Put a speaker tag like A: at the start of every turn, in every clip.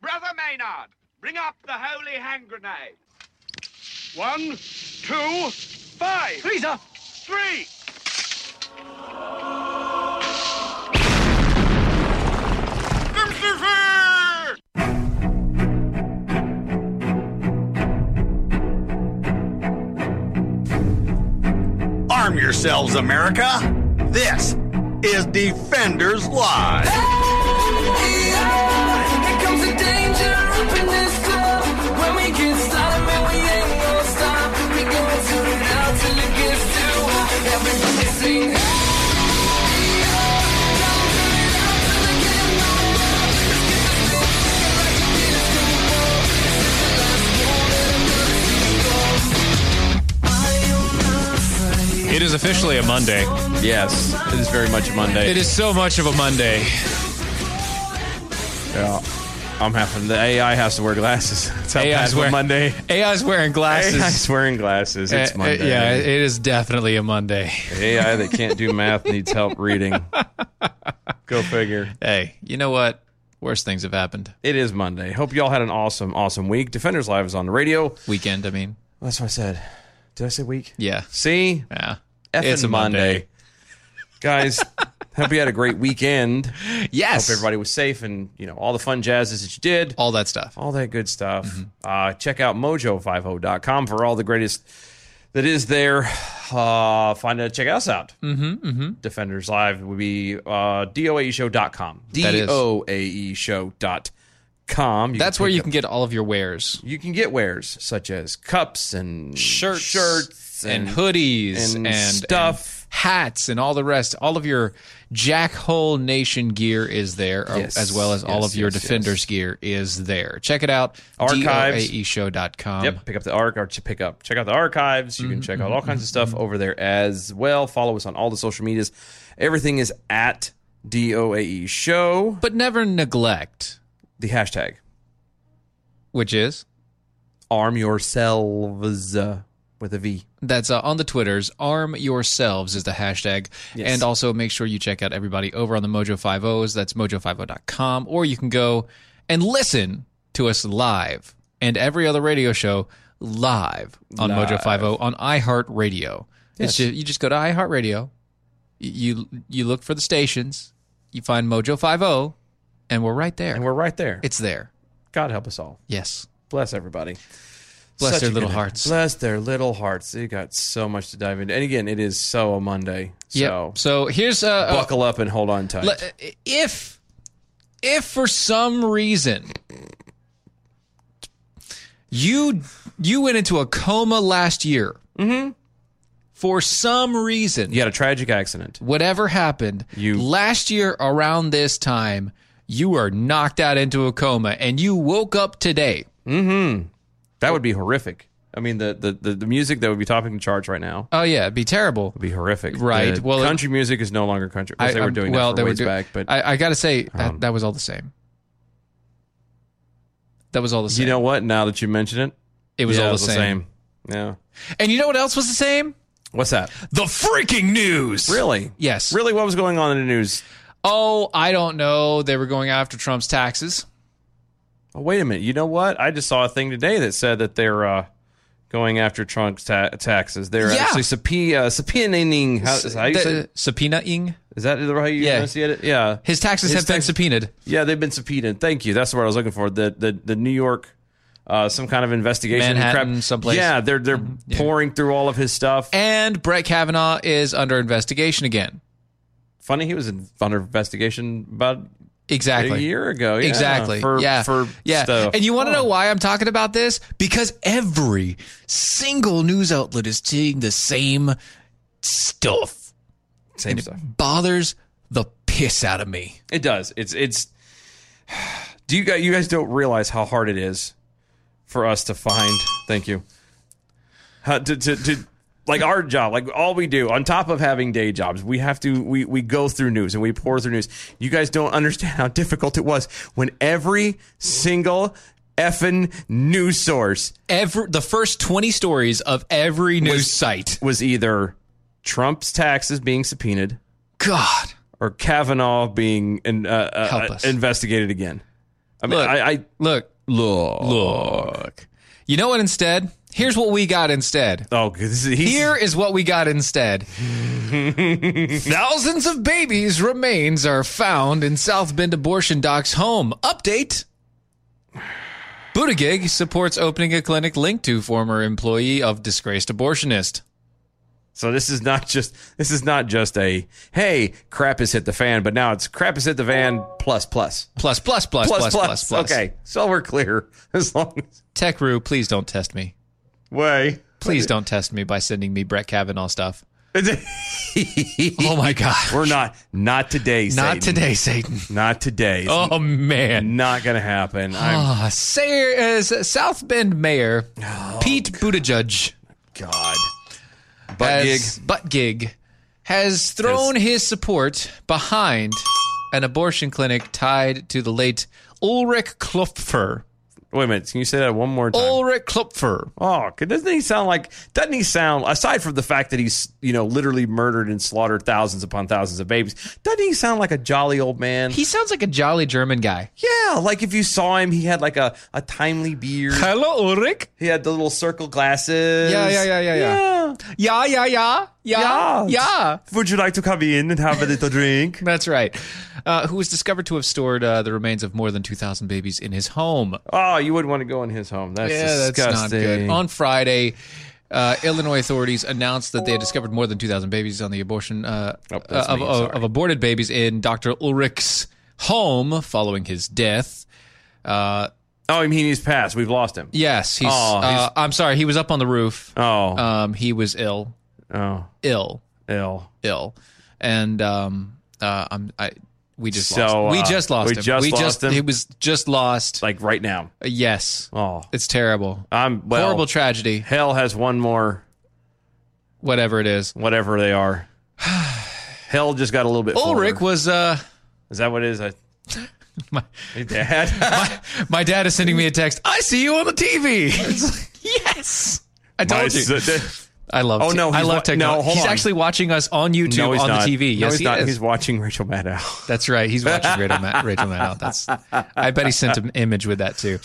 A: Brother Maynard, bring up the holy hand grenade. One, two, five.
B: Please, sir.
A: Three. Lucifer!
C: Arm yourselves, America. This is Defenders Live.
D: It is officially a Monday.
E: Yes, it is very much a Monday.
D: It is so much of a Monday.
E: Yeah. I'm having the AI has to wear glasses. That's how
D: AI
E: bad
D: is
E: of a
D: wear-
E: Monday.
D: AI is wearing glasses.
E: AI is wearing glasses. It's
D: Uh, uh,
E: Monday.
D: yeah, it is definitely a Monday.
E: AI that can't do math needs help reading. Go figure.
D: Hey, you know what? Worst things have happened.
E: It is Monday. Hope you all had an awesome, awesome week. Defenders Live is on the radio.
D: Weekend, I mean.
E: That's what I said. Did I say week?
D: Yeah.
E: See?
D: Yeah.
E: Effing
D: It's a Monday.
E: Guys, hope you had a great weekend.
D: Yes.
E: Hope everybody was safe and, you know, all the fun jazzes that you did.
D: All that stuff.
E: all that good stuff.
D: Mm-hmm.
E: Uh, check out mojo50.com for all the greatest that is there. Uh, find out, check us out. Mm-hmm, Defenders Live would be uh, doaeshow.com.
D: That is.
E: E doaeshow.com. You
D: That's where
E: pick
D: you
E: up-
D: can get all of your wares
E: you can get wares such as cups and
D: Shirts
E: shirts
D: and, hoodies and,
E: and stuff.
D: and hats and all the rest. All of your Jackhole Nation gear is there, or-
E: Yes.
D: as well as all
E: Yes,
D: of your
E: yes, yes.
D: Defenders gear is there. Check it out.
E: Archives.
D: E DOAEshow.com.
E: Yep, Um, pick up the arc or ch- pick up check out the archives. You can check out
D: Mm-hmm.
E: all kinds of stuff over there as well. Follow us on all the social medias. Everything is at DOAE E show.
D: But never neglect,
E: The hashtag
D: which is
E: arm yourselves uh, with a V.
D: That's uh, on the Twitters. Arm yourselves is the hashtag.
E: Yes.
D: And also make sure you check out everybody over on the Mojo 50s. That's mojo50.com. Or you can go and listen to us live and every other radio show live on
E: Live.
D: Mojo 50 on iHeartRadio. It's ju- you just go to iHeartRadio. y- You you look for the stations. You find Mojo 50 and we're right there.
E: And we're right there.
D: it's there.
E: God help us all.
D: Yes.
E: Bless everybody.
D: Bless
E: Such
D: their
E: a
D: little
E: good-
D: hearts.
E: Bless their little hearts. You got so much to dive into. And again, it is so a Monday. So
D: Yep. So here's uh, a
E: buckle up and hold on tight.
D: Le- if if for some reason you you went into a coma last year
E: Mm-hmm.
D: for some reason
E: you had a tragic accident.
D: whatever happened
E: You-
D: last year around this time you were knocked out into a coma and you woke up today
E: That would be horrific. I mean, the, the, the, the music that would be topping the charts right now
D: Oh yeah, it'd be terrible.
E: would be horrific.
D: Right,
E: The
D: well, it-
E: country music is no longer country. 'cause they were
D: I'm-
E: doing that for
D: they were
E: ways
D: do-
E: back, but
D: I, I gotta say that,
E: Um,
D: that was all the same. That was all the same.
E: you know what? Now that you mention it,
D: it was
E: yeah,
D: all the
E: it's
D: same.
E: Yeah.
D: And you know what else was the same?
E: What's that?
D: The freaking news.
E: Really?
D: Yes.
E: Really? What was going on in the news?
D: Oh, I don't know. They were going after Trump's taxes.
E: Oh, wait a minute. You know what? I just saw a thing today that said that they're uh, going after Trump's ta- taxes. They're
D: Yeah.
E: actually subpoe- uh, subpoenaing. How, is, how you
D: The-
E: say it?
D: subpoenaing.
E: Is that how you
D: Yeah.
E: enunciate it? Yeah.
D: His taxes
E: His
D: have been
E: tax-
D: subpoenaed.
E: Yeah, they've been subpoenaed. Thank you. That's what I was looking for. The the, the New York, uh, some kind of investigation.
D: Manhattan,
E: crap.
D: someplace. Mm-hmm.
E: Yeah, they're they're pouring through all of his stuff.
D: And Brett Kavanaugh is under investigation again.
E: Funny, he was in, under investigation about
D: Exactly.
E: a year ago. Yeah,
D: exactly.
E: For,
D: yeah.
E: For
D: yeah.
E: stuff.
D: And you want to know why I'm talking about this? Because every single news outlet is seeing the same stuff.
E: Same stuff.
D: Bothers the piss out of me.
E: It does. It's it's. Do you guys you guys don't realize how hard it is for us to find? Thank you. How, to, to to like our job, like all we do, on top of having day jobs, we have to we we go through news and we pour through news. You guys don't understand how difficult it was when every single effing news source
D: Every the first 20 stories of every news site.
E: was either Trump's taxes being subpoenaed
D: God.
E: or Kavanaugh being in, uh,
D: Help
E: uh,
D: us.
E: investigated again. I mean,
D: Look.
E: I, I
D: Look.
E: look
D: Look. You know what instead? Here's what we got instead.
E: Oh, good. This is, he's,
D: Here is what we got instead. Thousands of babies' remains are found in South Bend abortion doc's home. Update. Buttigieg supports opening a clinic linked to former employee of disgraced abortionist.
E: So this is not just this is not just a hey crap has hit the fan, but now it's crap has hit the van plus plus
D: Plus, plus, plus,
E: plus
D: plus, plus, plus.
E: Okay, so we're clear as long as
D: Tech Roo, please don't test me.
E: way.
D: Please don't test me by sending me Brett Kavanaugh stuff.
E: we're
D: Oh my God.
E: not not today.
D: Not
E: Satan.
D: today, Satan.
E: Not today. It's
D: Oh man.
E: not gonna happen. I'm
D: Ah, Sayer, uh, South Bend Mayor
E: Oh,
D: Pete Buttigieg.
E: God. Butt gig.
D: has, butt gig has thrown his support behind an abortion clinic tied to the late Ulrich Klopfer.
E: Wait a minute. Can you say that one more time?
D: Ulrich Klopfer.
E: Oh, 'cause doesn't he sound like? Doesn't he sound? Aside from the fact that he's you know literally murdered and slaughtered thousands upon thousands of babies, doesn't he sound like a jolly old man?
D: He sounds like a jolly German guy.
E: yeah, like if you saw him, he had like a a timely beard.
D: Hello, Ulrich.
E: he had the little circle glasses.
D: Yeah, yeah, yeah, yeah, yeah. Yeah, yeah, yeah, yeah,
E: Yeah.
D: yeah.
E: Would you like to come in and have a little drink?
D: That's right. Uh, who was discovered to have stored uh, the remains of more than 2,000 babies in his home.
E: Oh, you wouldn't want to go in his home. That's disgusting.
D: On Friday, uh, Illinois authorities announced that they had discovered more than 2,000 babies on the abortion uh,
E: Oh, that's
D: of,
E: me,
D: of,
E: sorry.
D: of aborted babies in Dr. Ulrich's home following his death. Uh,
E: oh, I mean he's passed. We've lost him.
D: yes, he's,
E: Oh, he's-
D: uh, I'm sorry, he was up on the roof.
E: Oh,
D: Um, he was ill,
E: oh,
D: ill,
E: ill.
D: ill, and um, uh, I'm, I we just
E: So,
D: lost. we
E: uh,
D: just lost
E: we
D: him.
E: just
D: we
E: lost him?
D: He was just lost.
E: Like right now.
D: yes,
E: Oh,
D: it's terrible.
E: I'm well.
D: Horrible tragedy.
E: hell has one more
D: Whatever it is.
E: whatever they are. Hell just got a little bit.
D: Ulrich
E: forward.
D: was uh
E: is that what it is? I,
D: my,
E: Hey, Dad.
D: my dad is sending me a text. I see you on the TV. It's like, yes. I
E: My
D: told you.
E: s-
D: I love.
E: Oh,
D: te-
E: no,
D: I
E: he's
D: love
E: wa-
D: technology.
E: no, hold
D: he's
E: on.
D: actually watching us on YouTube
E: no, he's
D: on
E: not.
D: the TV.
E: No,
D: yes,
E: he's
D: he
E: not.
D: is.
E: He's watching Rachel Maddow.
D: That's right. He's watching Rachel, Ma- Rachel Maddow. That's. I bet he sent an image with that too.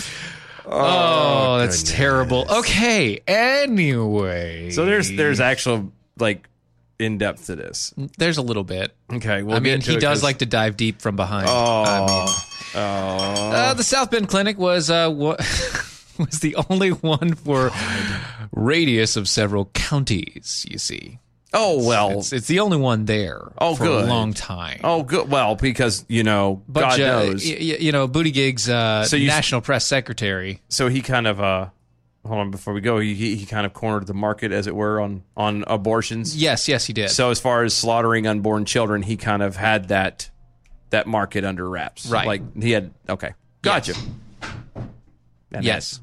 D: Oh, that's terrible. Okay. Anyway,
E: So there's there's actual like in depth to this.
D: there's a little bit.
E: Okay, well,
D: I mean, he does like to dive deep from behind.
E: Oh,
D: I mean,
E: oh.
D: Uh, the South Bend Clinic was uh, wa- was the only one for radius of several counties. You see,
E: oh well.
D: it's, it's the only one there.
E: Oh,
D: for a
E: good.
D: long time.
E: oh good. Well, because you know, God
D: uh,
E: knows.
D: y- y- you know, Booty Gig's uh,
E: So you-
D: national press secretary.
E: so he kind of uh, hold on before we go. He he he kind of cornered the market, as it were, on on abortions.
D: Yes, yes, he did.
E: So as far as slaughtering unborn children, he kind of had that that market under wraps.
D: Right.
E: Like he had okay. Gotcha. And
D: yes,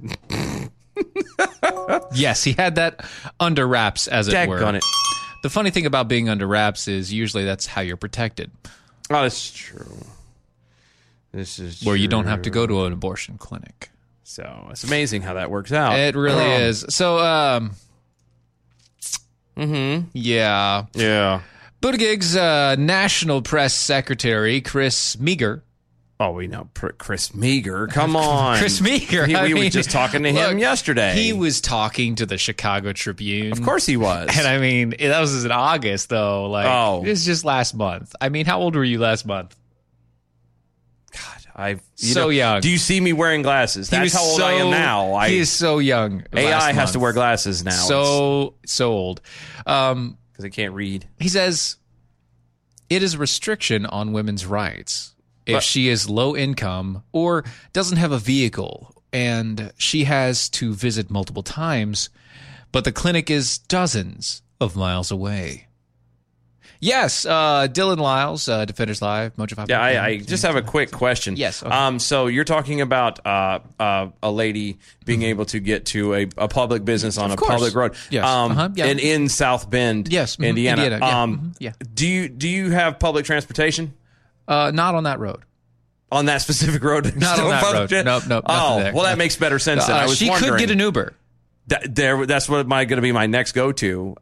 D: Yes, he had that under wraps, as it were.
E: Daggone it.
D: The funny thing about being under wraps is usually that's how you're protected,
E: Oh, that's true. This is
D: where you don't have to
E: true.
D: go to an abortion clinic.
E: So it's amazing how that works out.
D: It really
E: Um,
D: is. So, um,
E: Mm-hmm.
D: yeah.
E: Yeah.
D: Buttigieg's uh, national press secretary, Chris Meager.
E: Oh, we know Pr- Chris Meager. Come on,
D: Chris Meager.
E: He-
D: I
E: we were
D: mean,
E: just talking to him
D: look,
E: yesterday.
D: He was talking to the Chicago Tribune.
E: of course, he was.
D: And I mean, that was in August, though. Like,
E: Oh.
D: it was just last month. I mean, how old were you last month?
E: I, you
D: So young.
E: Do you see me wearing glasses?
D: He was
E: That's how old I
D: so-
E: am now. I,
D: he is so young. last
E: AI has
D: month.
E: to wear glasses now.
D: So so old. Um,
E: because I can't read.
D: he says it is a restriction on women's rights if
E: But-
D: she is low income or doesn't have a vehicle and she has to visit multiple times, but the clinic is dozens of miles away. Yes, uh, Dylan Lyles, uh, Defenders Live, Mojo Five.
E: Yeah, I, I just have a quick question.
D: Yes, okay.
E: Um. So you're talking about uh, uh a lady being able to get to a, a public business on a
D: Mm-hmm. course.
E: public road.
D: Yes,
E: Um.
D: uh-huh, yeah.
E: And in South Bend.
D: Yes, mhm,
E: Indiana.
D: Indiana, yeah,
E: Um.
D: mhm, yeah.
E: Do you do you have public transportation?
D: uh, not on that road.
E: on that specific road.
D: Not on that
E: Public
D: road.
E: tra-
D: Nope, nope, nothing
E: Oh,
D: there.
E: well, that
D: Nothing.
E: makes better sense. Then
D: Uh,
E: I was
D: she
E: wondering.
D: could get an Uber.
E: That- there, that's what my going to be my next go to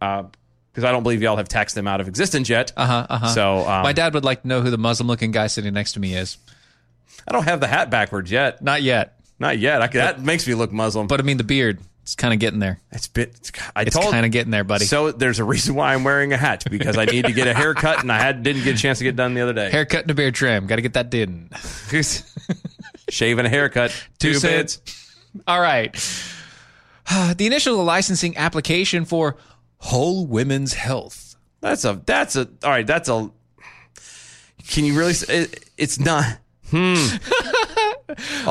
E: because I don't believe y'all have taxed them out of existence yet. Uh huh. Uh-huh. So um,
D: My dad would like to know who the Muslim-looking guy sitting next to me is.
E: I don't have the hat backwards yet.
D: Not yet.
E: Not yet. I, c- that makes me look Muslim.
D: But I mean, the beard. It's kind of getting there.
E: it's bit. I
D: It's
E: told.
D: kind of getting there, buddy.
E: so there's a reason why I'm wearing a hat because I need to get a haircut and I had didn't get a chance to get done the other day.
D: haircut and a beard trim. Got to get that done.
E: Shave and a haircut.
D: Two
E: Two,
D: cents.
E: bits.
D: All right. The initial licensing application for Whole Women's Health.
E: That's a. That's a. All right. That's a. Can you really? s- It, it's not.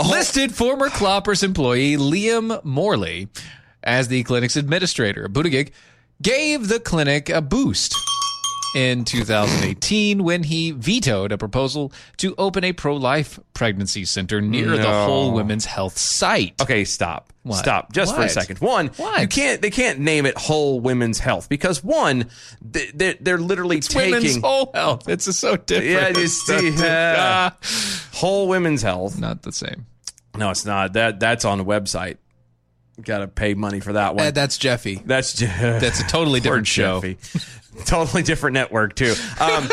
D: listed former Cloppers employee Liam Morley as the clinic's administrator. Buttigieg gave the clinic a boost in 2018 when he vetoed a proposal to open a pro-life pregnancy center near the
E: No.
D: Whole Women's Health site.
E: Okay, stop.
D: What?
E: Stop just for a
D: What?
E: second. One,
D: What?
E: you can't. They can't name it Whole Women's Health because one, they, they're, they're literally taking
D: Women's whole health. It's so different.
E: Yeah, you see, yeah.
D: Ah,
E: Whole Women's Health.
D: not the same.
E: No, it's not. That that's on the website. Got to pay money for that one.
D: Uh, that's Jeffy.
E: that's just,
D: That's a totally different show.
E: totally different network too. Um,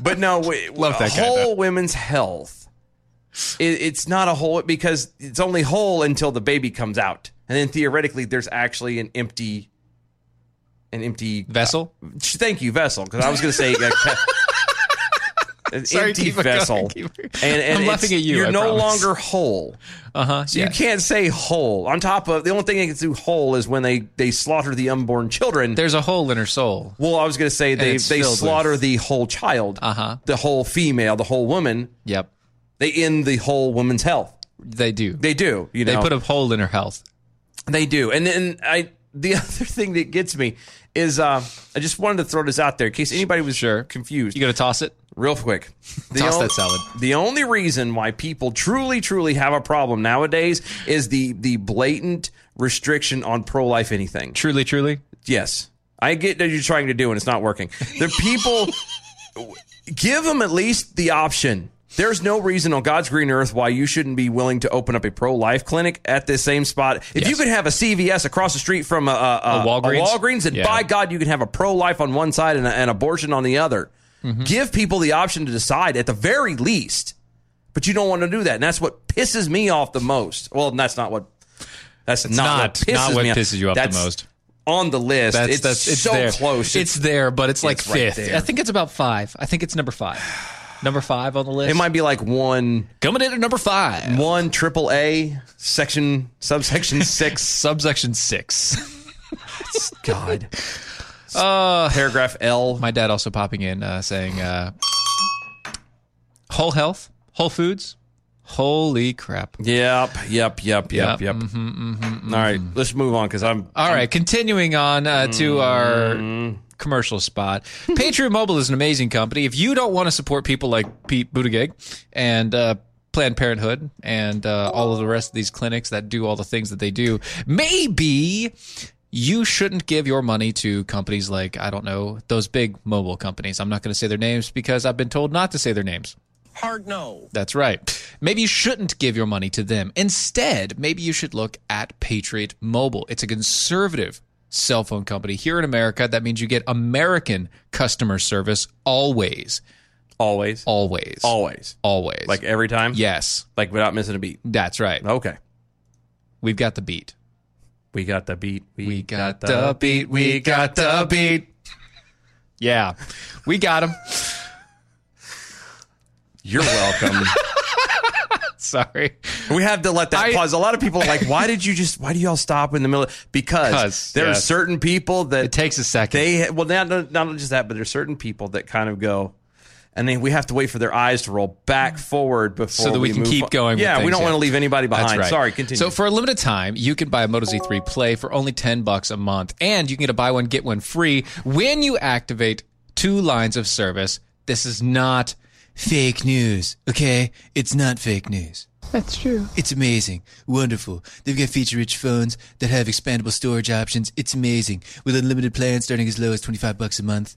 E: but no, we,
D: Love that guy,
E: Whole
D: though.
E: Women's Health. It, it's not a whole because it's only whole until the baby comes out, and then theoretically there's actually an empty, an empty.
D: Vessel.
E: Thank you, vessel. Because I was going to say. uh, An
D: Sorry,
E: empty
D: keep it going,
E: vessel,
D: keep it-
E: and, and
D: I'm laughing
E: it's-
D: at you,
E: You're
D: I
E: no
D: promise.
E: longer whole.
D: Uh huh.
E: So You can't say whole. On top of the only thing they can do whole is when they they slaughter the unborn children.
D: There's a hole in her soul.
E: Well, I was going to say they
D: it's
E: they
D: filled with-
E: slaughter the whole child,
D: Uh-huh.
E: the whole female, the whole woman.
D: Yep.
E: They end the whole woman's health.
D: They do.
E: They do, you
D: They
E: know.
D: put a hole in her health.
E: they do, and then I. The other thing that gets me is uh, I just wanted to throw this out there in case anybody was
D: Sure.
E: confused.
D: You gonna toss it?
E: Real quick, the
D: Toss
E: on-
D: that salad.
E: The only reason why people truly, truly have a problem nowadays is the the blatant restriction on pro life anything.
D: Truly, truly.
E: Yes. I get that you're trying to do and it's not working. The people give them at least the option. There's no reason on God's green earth why you shouldn't be willing to open up a pro life clinic at this same spot. If you
D: Yes.
E: could have a CVS across the street from a, a,
D: A Walgreens?
E: Walgreens, then
D: Yeah.
E: by God, you can have a pro life on one side and a- an abortion on the other.
D: Mm-hmm.
E: Give people the option to decide at the very least. But you don't want to do that. And that's what pisses me off the most. Well, that's not what. That's not, what
D: not
E: pisses
D: not what
E: me off.
D: pisses you off the
E: That's-
D: most.
E: on the list.
D: That's
E: it's
D: that's it's
E: so
D: there.
E: close.
D: It's, there, but it's like
E: it's right
D: fifth.
E: there.
D: I think it's about five. I think it's number five. Number five on the list.
E: it might be like one
D: coming in at number five.
E: one triple A section subsection six.
D: Subsection six.
E: God. Uh, paragraph L.
D: My dad also popping in uh, saying, uh, "Whole health, Whole Foods, holy crap."
E: Yep, yep, yep, yep, yep.
D: Mm-hmm,
E: All right, let's move on because I'm.
D: All right, continuing on uh, to our commercial spot. Patriot Mobile is an amazing company. If you don't want to support people like Pete Buttigieg and uh, Planned Parenthood and uh, all of the rest of these clinics that do all the things that they do, maybe you shouldn't give your money to companies like, I don't know, those big mobile companies. I'm not going to say their names because I've been told not to say their names.
B: Hard no.
D: That's right. Maybe you shouldn't give your money to them. Instead, maybe you should look at Patriot Mobile. It's a conservative cell phone company here in America. That means you get American customer service always,
E: Always.
D: always,
E: Always.
D: always.
E: Like every time?
D: yes,
E: Like without missing a beat.
D: that's right.
E: Okay.
D: We've got the beat.
E: We got the beat.
D: We got the beat. We got the beat. Yeah, we got him.
E: You're welcome.
D: Sorry.
E: we have to let that
D: I-
E: pause. A lot of people are like, why did you just, why do y'all stop in the middle? Because
D: 'Cause,
E: there are
D: yes.
E: certain people that
D: It takes a second.
E: they well not not not just that, but there's certain people that kind of go, and then we have to wait for their eyes to roll back forward before
D: so that we, can
E: move
D: keep
E: on.
D: going. with
E: Yeah, we
D: things,
E: don't want to leave anybody behind.
D: That's right.
E: Sorry, continue.
D: So for a limited time, you can buy a Moto Z3 Play for only ten bucks a month, and you can get a buy one get one free when you activate two lines of service. This is not fake news, okay? It's not fake news.
F: That's true.
D: It's amazing, wonderful. They've got feature-rich phones that have expandable storage options. It's amazing with unlimited plans starting as low as twenty-five bucks a month.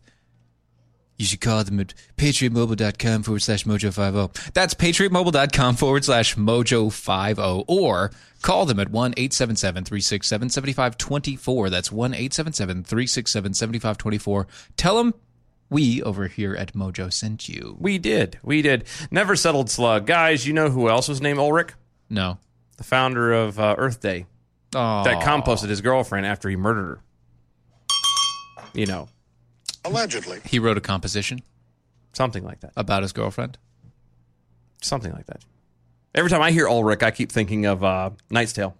D: You should call them at patriotmobile.com forward slash mojo50. That's patriotmobile.com forward slash mojo50. Or call them at 1 877 367 7524. That's 1 877 367 7524. Tell them we over here at Mojo sent you.
E: we did, we did. Never settled slug guys. You know who else was named Ulrich?
D: No.
E: The founder of uh, Earth Day
D: Oh,
E: that composted his girlfriend after he murdered her. You know,
D: he wrote a composition
E: something like that.
D: about his girlfriend.
E: Something like that. Every time I hear Ulrich, I keep thinking of uh, Knight's Tale.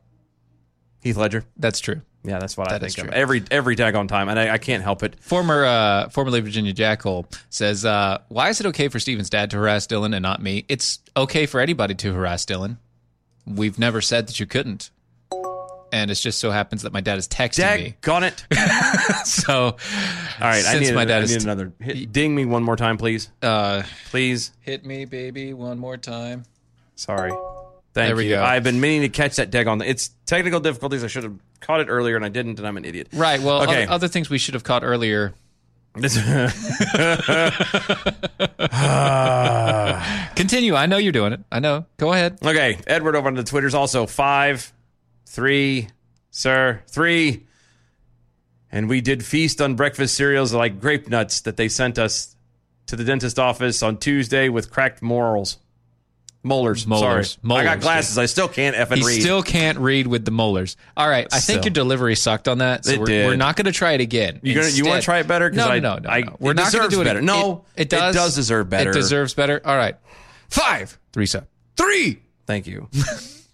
E: Heath Ledger.
D: That's true.
E: Yeah, that's what I
D: That
E: think
D: is
E: of
D: true.
E: every every daggone time, and I, I can't help it.
D: Former uh, formerly Virginia Jackhole says, uh, "Why is it okay for Steven's dad to harass Dylan and not me? It's okay for anybody to harass Dylan. We've never said that you couldn't." And it just so happens that my dad is texting me.
E: Dag on it! All
D: So,
E: right, I
D: Since
E: need,
D: my
E: my
D: dad
E: I
D: is
E: need
D: t-
E: another. Hit, ding me one more time, please,
D: uh,
E: please.
D: hit me, baby, one more time.
E: Sorry. Thank
D: There we
E: you.
D: go.
E: I've been meaning to catch that dag on. It's technical difficulties. I should have caught it earlier, and I didn't, and I'm an idiot.
D: Right. Well,
E: Okay.
D: other, other things we should have caught earlier. Continue. I know you're doing it. I know. Go ahead.
E: okay, Edward over on the Twitter's also five, three, sir, three, and we did feast on breakfast cereals like grape nuts that they sent us to the dentist office on Tuesday with cracked morals. Molars,
D: Molars.
E: sorry. I got
D: Molars,
E: glasses. I still can't effing
D: He
E: read.
D: still can't read with the molars. All right, I think
E: So-
D: your delivery sucked on that, so
E: It
D: we're,
E: did.
D: we're not going to try it again.
E: You gonna, you want
D: Instead-
E: to try it better? 'Cause
D: No,
E: I,
D: no, no, no,
E: I,
D: no. We're not going
E: going
D: to do it
E: better.
D: again.
E: No,
D: it, does.
E: It does deserve better.
D: It deserves better. All right, five, three, seven, three.
E: Thank you.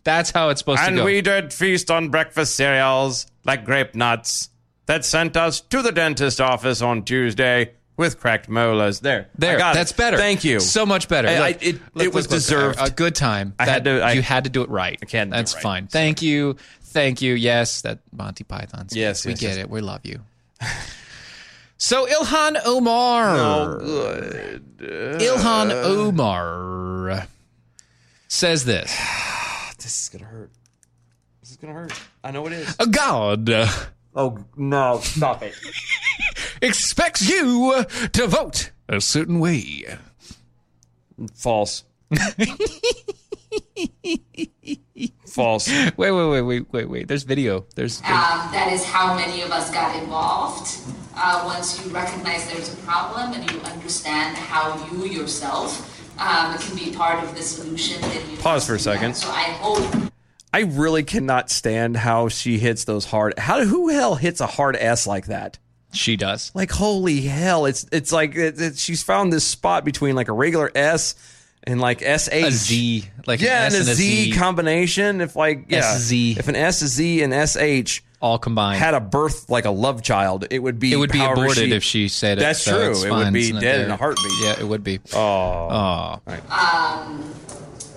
D: That's how it's supposed to
E: and
D: go.
E: we did feast on breakfast cereals like grape nuts that sent us to the dentist office on Tuesday with cracked molars. There,
D: there,
E: I got it.
D: that's better.
E: Thank you.
D: So much better.
E: I- I-
D: Look,
E: it-
D: look,
E: it
D: look,
E: was
D: look,
E: deserved.
D: A, a good time.
E: I had
D: That-
E: to- I-
D: you had to do it right. I
E: can do it
D: That's
E: right.
D: fine. Thank you. Thank you. Yes, that Monty Python's.
E: Yes,
D: we
E: yes,
D: get
E: yes.
D: it. We love you. so Ilhan Omar. Ilhan Omar says this.
E: this is gonna hurt. This is gonna hurt. I know it is.
D: A God
E: Oh no! Stop it.
D: expects you to vote a certain way.
E: False. False.
D: Wait, wait, wait, wait, wait, wait. There's video. There's
G: Um, that is how many of us got involved. Uh, once you recognize there's a problem and you understand how you yourself um, can be part of the solution, then you
E: Pause for a second.
G: So I hope
E: I really cannot stand how she hits those hard. How who hell hits a hard ass like that?
D: she does.
E: Like holy hell! It's it's like it, it- she's found this spot between like a regular S and like S H.
D: A Z, like an
E: Yeah,
D: S
E: and a Z
D: Z
E: combination. If like yeah,
D: SZ.
E: if an S Z and S H
D: all combined.
E: had a birth like a love child, it would be
D: it would be
E: however
D: aborted if she said it.
E: That's
D: so
E: true.
D: it's
E: It would
D: fine.
E: be
D: It's not
E: dead in
D: there.
E: a Oh. heartbeat.
D: Yeah, it would be. Oh.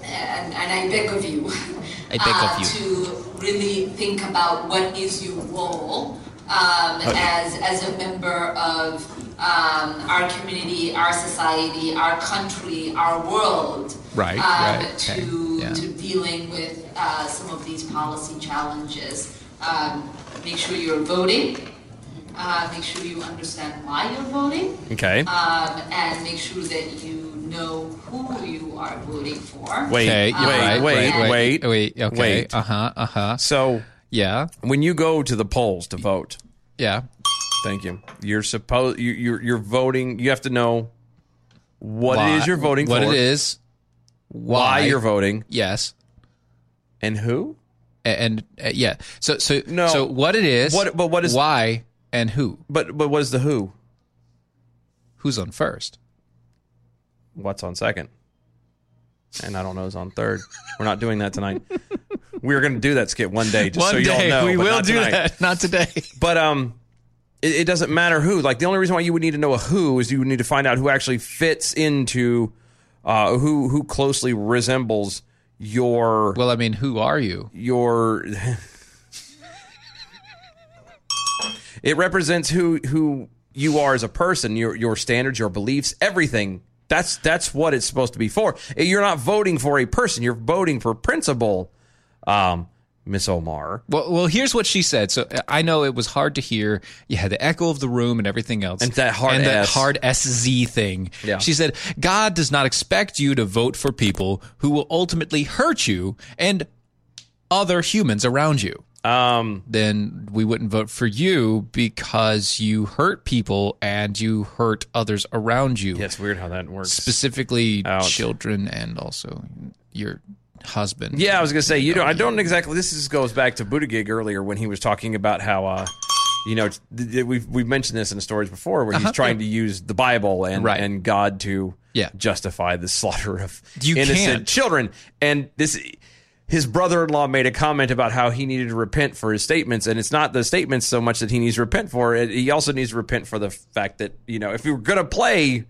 G: and, and I beg of you,
D: I beg
G: uh,
D: of you.
G: to really think about what is your role um, as as a member of um, our community, our society, our country, shaping our world
D: Right,
G: um,
D: right,
G: to,
D: okay, yeah.
G: to dealing with uh, some of these policy challenges. Um, make sure you're voting. Uh, make sure you understand why you're voting
E: Okay.
G: um, and make sure that you know who you are voting for.
E: Wait,
D: Okay,
E: wait,
D: yeah, right,
E: wait,
D: right,
E: wait,
D: wait, okay,
E: wait.
D: uh huh, uh huh,
E: So
D: yeah,
E: when you go to the polls to vote,
D: yeah,
E: thank you. You're supposed you, you're you're voting. You have to know what
D: Why-
E: it is you're voting
D: what
E: for,
D: it is, why,
E: why you're voting,
D: yes,
E: and who.
D: A- and, uh, yeah, so so
E: No.
D: so what it is,
E: What- but what is-
D: why and who,
E: But but what is the who?
D: who's on first?
E: What's on second? And I don't know is on third. We're not doing that tonight. We're going to do that skit one day, just so y'all know.
D: we
E: but
D: will
E: not
D: do
E: tonight.
D: that, not today.
E: But um, it, it doesn't matter who. Like the only reason why you would need to know a who is you would need to find out who actually fits into uh, who who closely resembles your
D: Well, I mean, who are you?
E: your. it represents who who you are as a person, your your standards, your beliefs, everything. That's that's what it's supposed to be for. You're not voting for a person. You're voting for principle, um, Miss Omar.
D: Well, well, here's what she said. So uh, I know it was hard to hear. You had the echo of the room and everything else,
E: And that hard
D: and that
E: S.
D: hard SZ thing.
E: Yeah.
D: She said, "God does not expect you to vote for people who will ultimately hurt you and other humans around you.
E: Um,
D: Then we wouldn't vote for you because you hurt people and you hurt others around you,
E: yeah, it's weird how that works.
D: specifically
E: Ouch.
D: children and also your husband.
E: Yeah, I was gonna say you don't. I don't exactly. This is, goes back to Buttigieg earlier when he was talking about how, uh, you know, th- th- we've we've mentioned this in stories before where he's trying to use the Bible and
D: Uh-huh, Right.
E: and God to
D: Yeah.
E: justify the slaughter of
D: You
E: innocent
D: can't.
E: children. And this, his brother-in-law made a comment about how he needed to repent for his statements, and it's not the statements so much that he needs to repent for. It, he also needs to repent for the fact that you know, if you were gonna play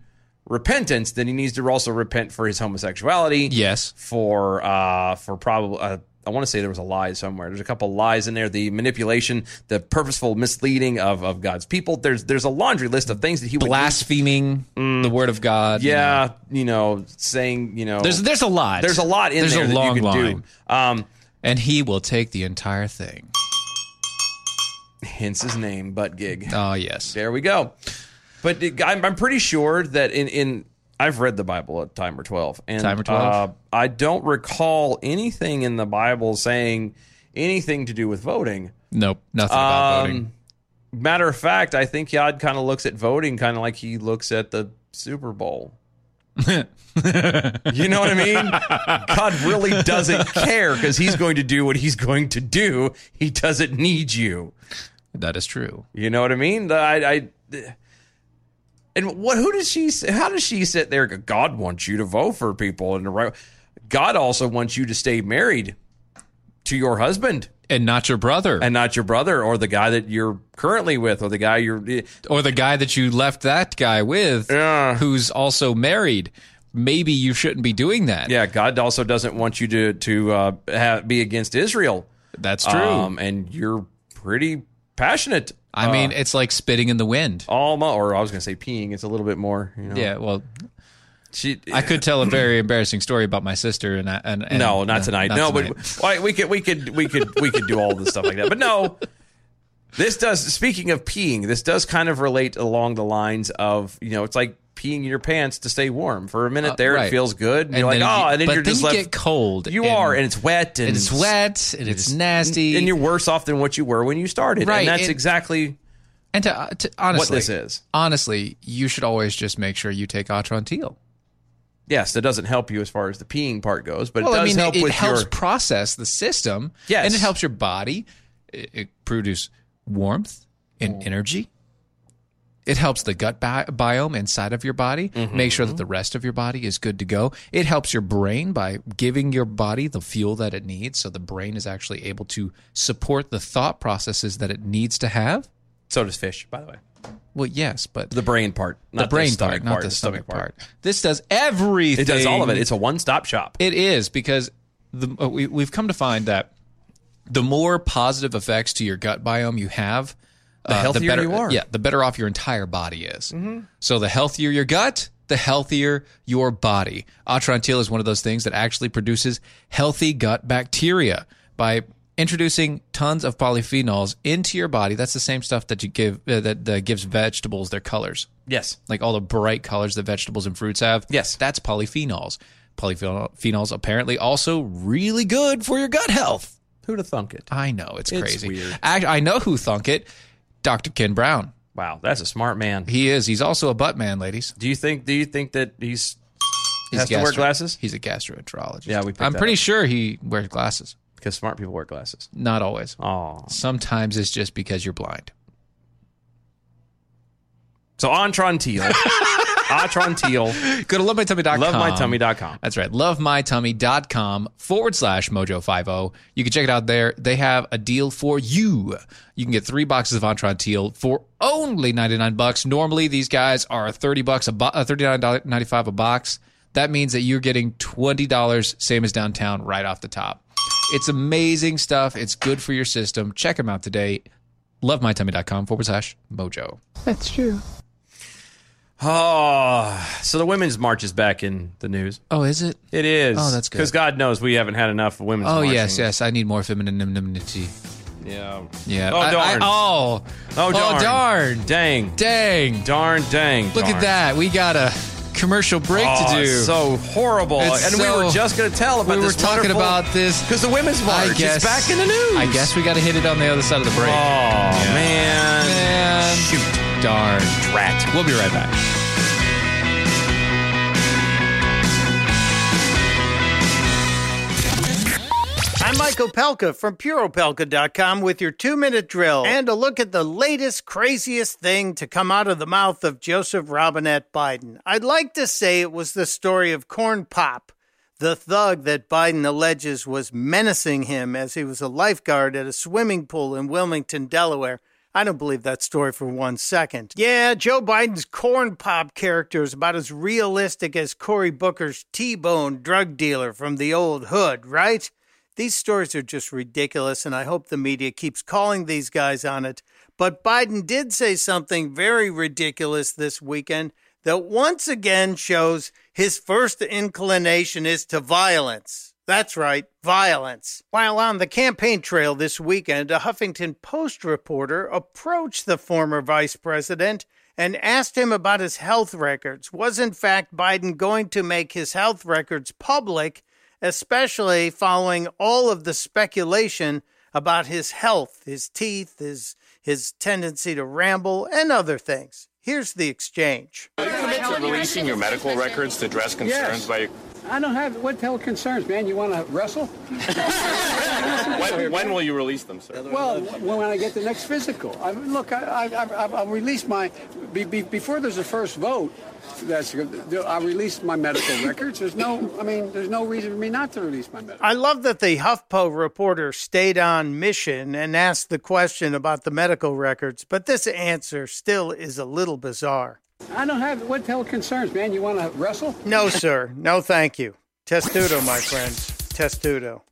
E: repentance, then he needs to also repent for his homosexuality
D: Yes.
E: for uh for probably uh, I want to say there was a lie somewhere. There's a couple lies in there. The manipulation, the purposeful misleading of of God's people. There's there's a laundry list of things that he would
D: Blaspheming the word of God.
E: Mm. yeah, you know, saying you know
D: There's there's a lot.
E: there's a lot in
D: there's
E: there
D: a
E: that
D: long
E: you can
D: line,
E: do. Um,
D: and he will take the entire thing.
E: hence his name, butt gig.
D: Oh yes,
E: There we go. But it- I'm, I'm pretty sure that in in I've read the Bible at time or twelve, and
D: Time or 12?
E: Uh, I don't recall anything in the Bible saying anything to do with voting.
D: nope, nothing about
E: Um,
D: voting.
E: Matter of fact, I think Yad kind of looks at voting kind of like he looks at the Super Bowl. you know what I mean? God really doesn't care because he's going to do what he's going to do. He doesn't need you.
D: That is true.
E: You know what I mean? The- I, I, and what? Who does she? say- How does she sit there? and go, God wants you to vote for people and the right. God also wants you to stay married to your husband
D: And not your brother,
E: and not your brother or the guy that you're currently with or the guy you're.
D: or the guy that you left that guy with,
E: Yeah.
D: who's also married. Maybe you shouldn't be doing that.
E: Yeah, God also doesn't want you to to uh, have, be against Israel. Um,
D: that's true.
E: and you're pretty passionate.
D: I mean,
E: uh,
D: it's like spitting in the wind.
E: Alma, or I was going to say peeing. It's a little bit more. You know.
D: Yeah, well,
E: She,
D: I could tell a very embarrassing story about my sister, and I, and, and
E: no, not tonight.
D: not
E: no,
D: tonight.
E: but why- we could we could we could we could do all the stuff like that. But no, this does. Speaking of peeing, this does kind of relate along the lines of you know it's like peeing in your pants to stay warm for a minute.
D: Uh,
E: there,
D: right.
E: it feels good, and, you're like,
D: then
E: oh,
D: you-
E: and then
D: but
E: you're just
D: you
E: left.
D: get cold.
E: you are, and it's wet, and
D: and it's wet, and it's nasty,
E: and you're worse off than what you were when you started.
D: Right,
E: and that's
D: and-
E: exactly
D: And to, uh, to honestly,
E: this is.
D: honestly, you should always just make sure you take Atrantil.
E: yes. That doesn't help you as far as the peeing part goes, but
D: Well,
E: it does
D: I mean,
E: help
D: it, it
E: with
D: helps
E: your.
D: process the system,
E: Yes.
D: and it helps your body. It, it produce warmth and
E: Mm.
D: energy. It helps the gut bi- biome inside of your body
E: Mm-hmm.
D: make sure that the rest of your body is good to go. It helps your brain by giving your body the fuel that it needs, so the brain is actually able to support the thought processes that it needs to have.
E: So does fish, by the way.
D: Well, yes, but
E: The brain part, not
D: the brain
E: the stomach
D: part,
E: part,
D: not the stomach, part. This does
E: It
D: everything.
E: does all of it. It's a one-stop shop.
D: It is because the uh, we, we've come to find that the more positive effects to your gut biome you have, uh, the
E: healthier
D: better
E: you are. Mm-hmm.
D: Yeah, the better off your entire body is. So the healthier your gut, the healthier your body. Atrantil is one of those things that actually produces healthy gut bacteria by introducing tons of polyphenols into your body. That's the same stuff that you give uh, that, that gives vegetables their colors
E: Yes.
D: like all the bright colors that vegetables and fruits have.
E: Yes.
D: That's polyphenols. Polyphenols apparently also really good for your gut health.
E: Who'd have thunk it?
D: I know, it's,
E: It's
D: crazy.
E: weird.
D: Act- I know who thunk it. Dr. Ken Brown.
E: Wow, that's a smart man.
D: He is. He's also a butt man, ladies.
E: Do you think? Do you think that he's
D: He's
E: Has to wear glasses?
D: He's a gastroenterologist.
E: Yeah, we picked
D: I'm
E: that
D: pretty
E: up.
D: sure he wears glasses.
E: because smart people wear glasses?
D: Not always.
E: Oh,
D: Sometimes it's just because you're blind.
E: so Antron Teal, Antron Teal,
D: Go to lovemytummy.com.
E: lovemytummy.com.
D: That's right. Lovemytummy.com forward slash mojo50. You can check it out there. They have a deal for you. You can get three boxes of Entron Teal for only 99 bucks. Normally, these guys are 30 bucks a bo- uh, $39.95 a box. That means that you're getting $20, same as downtown, right off the top. It's amazing stuff. It's good for your system. Check them out today. Lovemytummy.com forward slash mojo.
E: Oh, so the women's march is back in the news.
D: Oh, is it?
E: It is.
D: Oh, that's good.
E: Because God knows we haven't had enough of women's.
D: Oh,
E: marching.
D: yes, yes. I need more femininity.
E: Yeah.
D: Yeah.
E: Oh,
D: I- I-
E: darn.
D: oh.
E: Oh darn.
D: Oh, darn.
E: Dang.
D: Dang.
E: Darn. Dang.
D: Look
E: darn.
D: at that. We got a commercial break
E: Oh,
D: to do.
E: it's so horrible.
D: It's
E: and we
D: so-
E: were just going to tell about
D: we were
E: this.
D: talking about this.
E: because the women's march
D: I guess
E: is back in the news.
D: I guess we got to hit it on the other side of the break.
E: Oh man.
D: Man.
E: Shoot.
D: Darn.
E: Rat.
D: We'll be right back.
B: I'm Mike Opelka from PureOpelka.com with your two minute drill and a look at the latest, craziest thing to come out of the mouth of Joseph Robinette Biden. I'd like to say it was the story of Corn Pop, the thug that Biden alleges was menacing him as he was a lifeguard at a swimming pool in Wilmington, Delaware. I don't believe that story for one second. Yeah, Joe Biden's corn pop character is about as realistic as Cory Booker's T Bone drug dealer from the old hood, right? These stories are just ridiculous, and I hope the media keeps calling these guys on it. But Biden did say something very ridiculous this weekend that once again shows his first inclination is to violence. That's right, violence. While on the campaign trail this weekend, a Huffington Post reporter approached the former vice president and asked him about his health records. Was in fact Biden going to make his health records public? especially following all of the speculation about his health, his teeth, his his tendency to ramble and other things. Here's the exchange.
F: Releasing your medical records to address concerns by
H: I don't have what the hell concerns, man. You want to wrestle?
F: When, when will you release them, sir?
H: Well, w- when I get the next physical, I mean, look, I, I, I, I'll release my be, be, before there's a first vote. That's I released my medical records. There's no, I mean, there's no reason for me not to release my medical.
B: I love that the HuffPo reporter stayed on mission and asked the question about the medical records, but this answer still is a little bizarre.
H: I don't have what the hell concerns, man. You want to wrestle?
B: No, sir. No, thank you. Testudo, my friends. Testudo.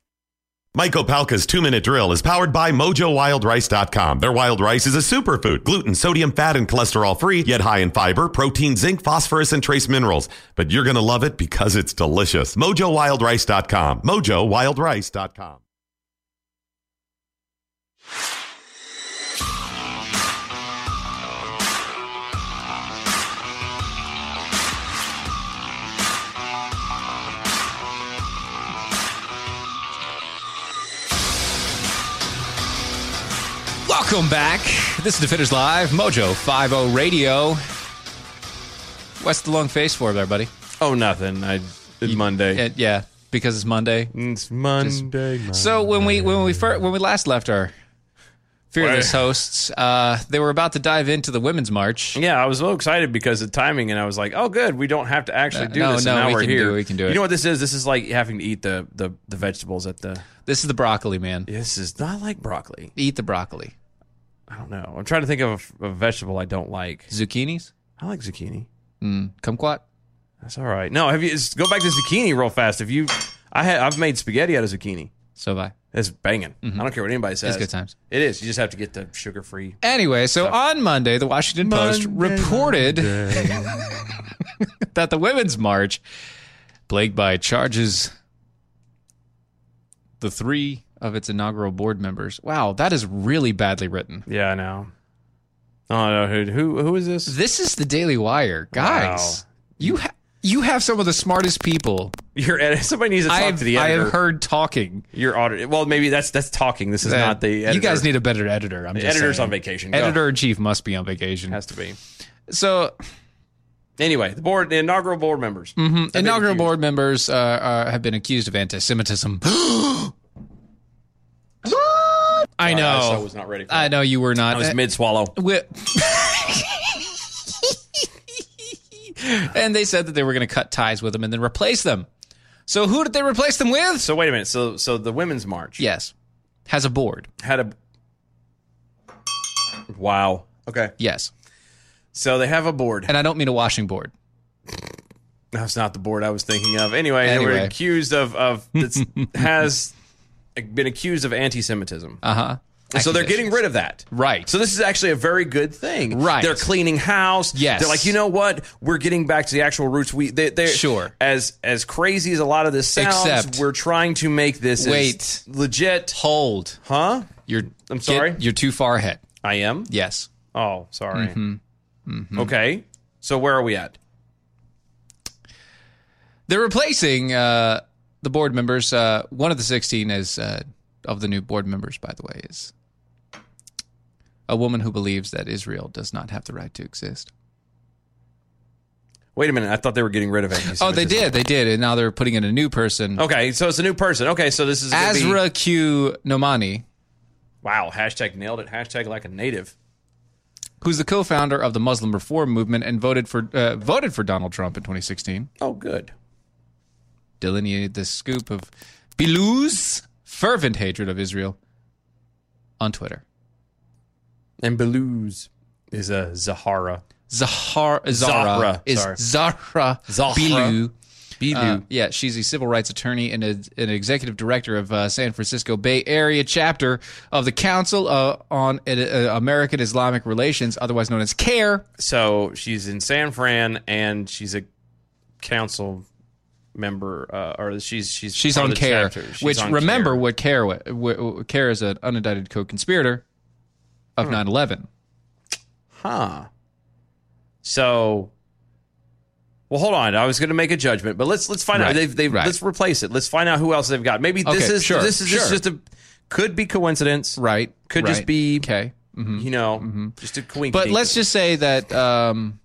I: Mike Opalka's two minute drill is powered by MojoWildRice.com. Their wild rice is a superfood, gluten, sodium, fat, and cholesterol free, yet high in fiber, protein, zinc, phosphorus, and trace minerals. But you're going to love it because it's delicious. MojoWildRice.com. MojoWildRice.com.
D: Welcome back. This is Defenders Live, Mojo 50 Radio. What's the long face for there, buddy?
E: Oh, nothing. I did Monday.
D: Uh, yeah, because it's Monday.
E: It's Monday. Monday.
D: So when we when we fir- when we last left our fearless hosts, uh, they were about to dive into the women's march.
E: Yeah, I was a little excited because of timing, and I was like, "Oh, good, we don't have to actually
D: Uh,
E: do
D: no,
E: this."
D: no,
E: and now
D: we
E: are
D: can do
E: here.
D: it, we can do it.
E: You know what this is? This is like having to eat the the, the vegetables at the.
D: This is the broccoli man.
E: This is not like broccoli.
D: Eat the broccoli.
E: I don't know. I'm trying to think of a, a vegetable I don't like.
D: Zucchinis,
E: I like zucchini.
D: kumquat.
E: That's all right. No, have you just go back to zucchini real fast? If you, I had I've made spaghetti out of zucchini.
D: So have I.
E: It's banging. I don't care what anybody says.
D: Mm-hmm. good times.
E: It is. You just have to get the sugar free.
D: Anyway, so on Monday, the Washington Post reported that the Women's March, plagued by charges, the three of its inaugural board members. Wow, that is really badly written.
E: Yeah, I know. Oh no, who who who is this?
D: This is the Daily Wire, guys. You ha- you have some of the smartest people.
E: Your edit- somebody needs to talk
D: I've-
E: to the
D: I
E: editor.
D: have heard talking.
E: Your auditor. Well, maybe that's that's talking. This is
D: that
E: not the. Editor.
D: You guys need a better editor. I'm
E: The
D: just
E: editor's
D: saying.
E: on vacation. Go.
D: Editor in chief must be on vacation.
E: has to be.
D: So
E: Anyway, the board, the inaugural board members.
D: hmm
E: been
D: Inaugural board members uh, uh, have been accused of anti-Semitism. I know.
E: I Uh, was not ready. For
D: I know you were not. Uh,
E: I was mid swallow.
D: Wi- and they said that they were going to cut ties with them and then replace them. So who did they replace them with?
E: So wait a minute. So so the women's march
D: Yes, has a board.
E: had a. Wow. Okay.
D: Yes,
E: So they have a board.
D: and I don't mean a washing board.
E: That's not the board I was thinking of. Anyway, they were
D: Anyway.
E: accused of of that's, has been accused of anti-Semitism.
D: Uh huh.
E: so they're getting rid of that.
D: right.
E: So this is actually a very good thing.
D: Right.
E: They're cleaning house.
D: Yes.
E: They're like, you know what? We're getting back to the actual roots. We they, they're
D: Sure.
E: As as crazy as a lot of this sounds,
D: Except-
E: we're trying to make this as
D: Wait.
E: legit.
D: hold.
E: Huh?
D: You're.
E: I'm sorry?
D: you're too far ahead.
E: I am.
D: Yes.
E: Oh, sorry.
D: Mm-hmm.
E: Okay. So where are we at?
D: They're replacing uh, the board members. Uh, one of the 16 is uh, of the new board members, by the way, is a woman who believes that Israel does not have the right to exist.
E: Wait a minute. I thought they were getting rid of anti-Semitism.
D: Oh, they did. They did. And now they're putting in a new person.
E: Okay, so it's a new person. Okay, so this Oh, is gonna be-
D: Azra Q. Nomani,
E: Wow, hashtag nailed it. Hashtag like a native.
D: who's the co-founder of the Muslim Reform Movement and voted for uh, voted for Donald Trump in 2016,
E: Oh, good.
D: delineated the scoop of Belou's fervent hatred of Israel on Twitter.
E: And Belouz is a Zahara.
D: Zahar, Zara
E: Zahra,
D: is
E: sorry.
D: Zahra,
E: Zahra.
D: Bilou.
E: Bilou.
D: Uh, yeah, she's a civil rights attorney and a, an executive director of uh, San Francisco Bay Area chapter of the Council uh, on uh, uh, American Islamic Relations, otherwise known as CARE.
E: so she's in San Fran, and she's a council member, uh, or she's she's
D: She's
E: part
D: on
E: of the
D: CARE,
E: chapter. She's
D: which
E: on
D: remember
E: CARE.
D: what CARE wa- w- w- CARE is an unindicted co-conspirator of
E: Hmm.
D: 9/11.
E: huh? So, well, hold on. I was going to make a judgment, but let's let's find out.
D: Right,
E: They've, they've
D: right.
E: let's replace it. Let's find out who else they've got. Maybe
D: Okay,
E: this is
D: sure,
E: this is
D: sure.
E: this is just a could be coincidence,
D: Right?
E: Could just be
D: okay. Mm-hmm.
E: you know just a coincidence.
D: But let's just say that. Um,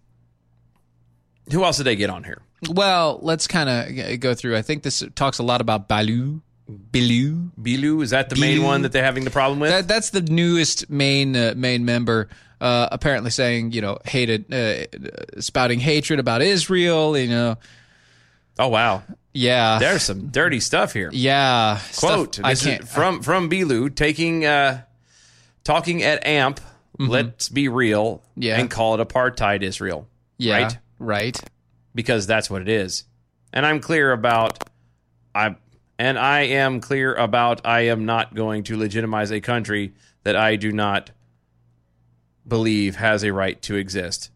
E: who else did they get on here?
D: Well, let's kind of go through. I think this talks a lot about Baloo. Bilou.
E: Bilu is that the main
D: Bilu.
E: one that they're having the problem with?
D: That, that's the newest main uh, main member. Uh, apparently saying you know hated, uh, spouting hatred about Israel. You know,
E: oh wow,
D: yeah,
E: there's some dirty stuff here.
D: yeah.
E: Quote:
D: stuff I
E: this is
D: can't.
E: from from Bilu taking uh, talking at AMP. Let's be real,
D: Mm-hmm. Yeah.
E: and call it apartheid Israel,
D: yeah,
E: right?
D: right.
E: because that's what it is. And I'm clear about I and I am clear about I am not going to legitimize a country that I do not believe has a right to exist.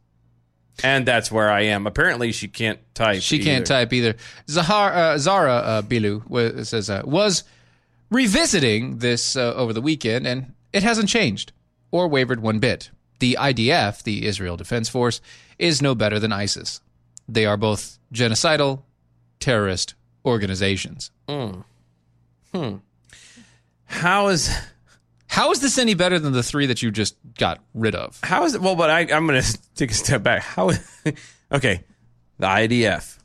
E: And that's where I am. Apparently, she can't type.
D: She can't
E: either.
D: type either. Zahar, uh, Zara uh, Bilu was, says uh, was revisiting this uh, over the weekend, and it hasn't changed or wavered one bit. The IDF, the Israel Defense Force, is no better than ISIS. They are both genocidal, terrorist organizations.
E: How is
D: How is this any better than the three that you just got rid of?
E: How is it? Well, but I, I'm going to take a step back. How? Okay, the IDF,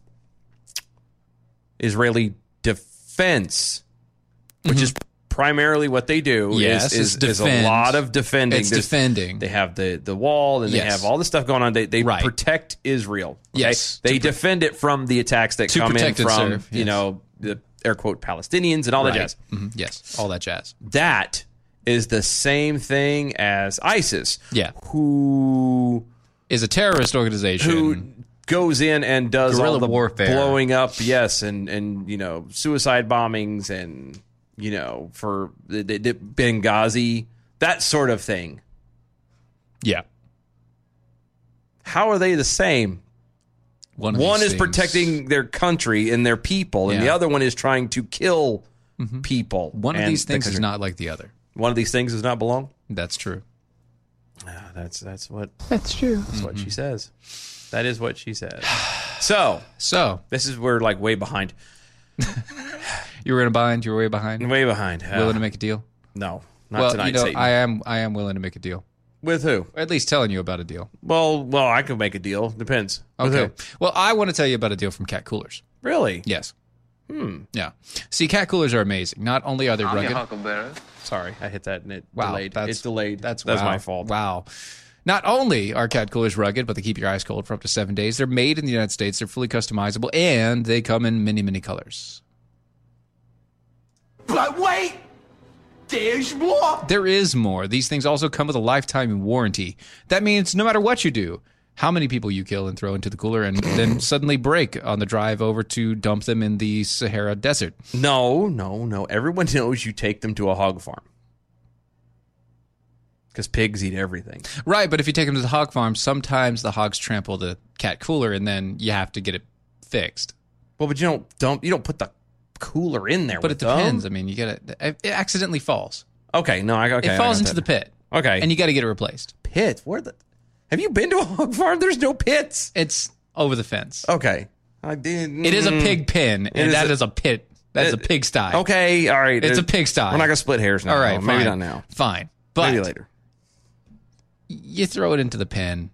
E: Israeli Defense, which is primarily what they do.
D: Yes,
E: is,
D: it's
E: is, is a
D: defend.
E: lot of defending.
D: It's
E: There's-
D: defending.
E: They have the the wall, and they
D: Yes.
E: have all the stuff going on. They they
D: Right.
E: protect Israel.
D: Yes.
E: they defend it from the attacks that
D: To
E: come in
D: protect and
E: from
D: serve,
E: you
D: yes.
E: know the air quote Palestinians and all that
D: Right.
E: jazz
D: Mhm, Yes, all that jazz.
E: that is the same thing as ISIS.
D: Yeah.
E: Who
D: Is a terrorist organization.
E: who goes in and does
D: Guerrilla
E: all the
D: warfare.
E: blowing up, yes, and and you know suicide bombings and you know for the, the, the Benghazi that sort of thing.
D: yeah.
E: How are they the same?
D: One, of
E: one
D: these
E: is
D: things.
E: protecting their country and their people, and the
D: Yeah. Mm-hmm.
E: other one is trying to kill people.
D: One of
E: and
D: these
E: the
D: things is
E: country.
D: not like the other.
E: One of these things does not belong. Ah,
D: That's true.
E: that's that's what
J: That's true.
E: that's what she
D: Mm-hmm.
E: says. That is what she says. So
D: so
E: this is we're like way behind.
D: You were in a bind. You were way behind.
E: Way behind. Uh,
D: willing to make a deal?
E: No, not
D: well,
E: tonight,
D: You know,
E: Satan.
D: I am. I am willing to make a deal.
E: With who?
D: At least telling you about a deal.
E: Well, well, I could make a deal. Depends. With
D: Okay. Well, I want to tell you about a deal from Cat Coolers.
E: who? Really?
D: Yes.
E: Hmm.
D: Yeah. See, cat coolers are amazing. Not only are they
E: I'm your
D: rugged.
E: huckleberry.
D: Sorry,
E: I hit that and it
D: Wow,
E: delayed.
D: that's-
E: It's delayed.
D: That's
E: that's
D: wow.
E: my fault.
D: Wow. Not only are cat coolers rugged, but they keep your ice cold for up to seven days. They're made in the United States. They're fully customizable, and they come in many, many colors.
K: But wait! There's more!
D: There is more. These things also come with a lifetime warranty. That means no matter what you do, how many people you kill and throw into the cooler and then suddenly break on the drive over to dump them in the Sahara Desert.
E: No, no, no. Everyone knows you take them to a hog farm because pigs eat everything.
D: Right, but if you take them to the hog farm, sometimes the hogs trample the cat cooler, and then you have to get it fixed.
E: Well, but you don't dump. You don't put the cooler in there.
D: But
E: with
D: it depends.
E: them.
D: I mean, you got to. It accidentally falls.
E: Okay, no, I okay.
D: it falls into the pit,
E: the okay,
D: and you got to get it replaced.
E: pit. Where the? Have you been to a hog farm? There's no pits.
D: It's over the fence.
E: Okay, I did.
D: It is a pig pen, and that is a pit. That's a
E: It-
D: pigsty.
E: Okay, all right.
D: It's a
E: It-
D: pigsty.
E: We're not gonna split hairs now.
D: All right, fine.
E: maybe not now.
D: Fine, but
E: maybe later.
D: you throw it into the pen.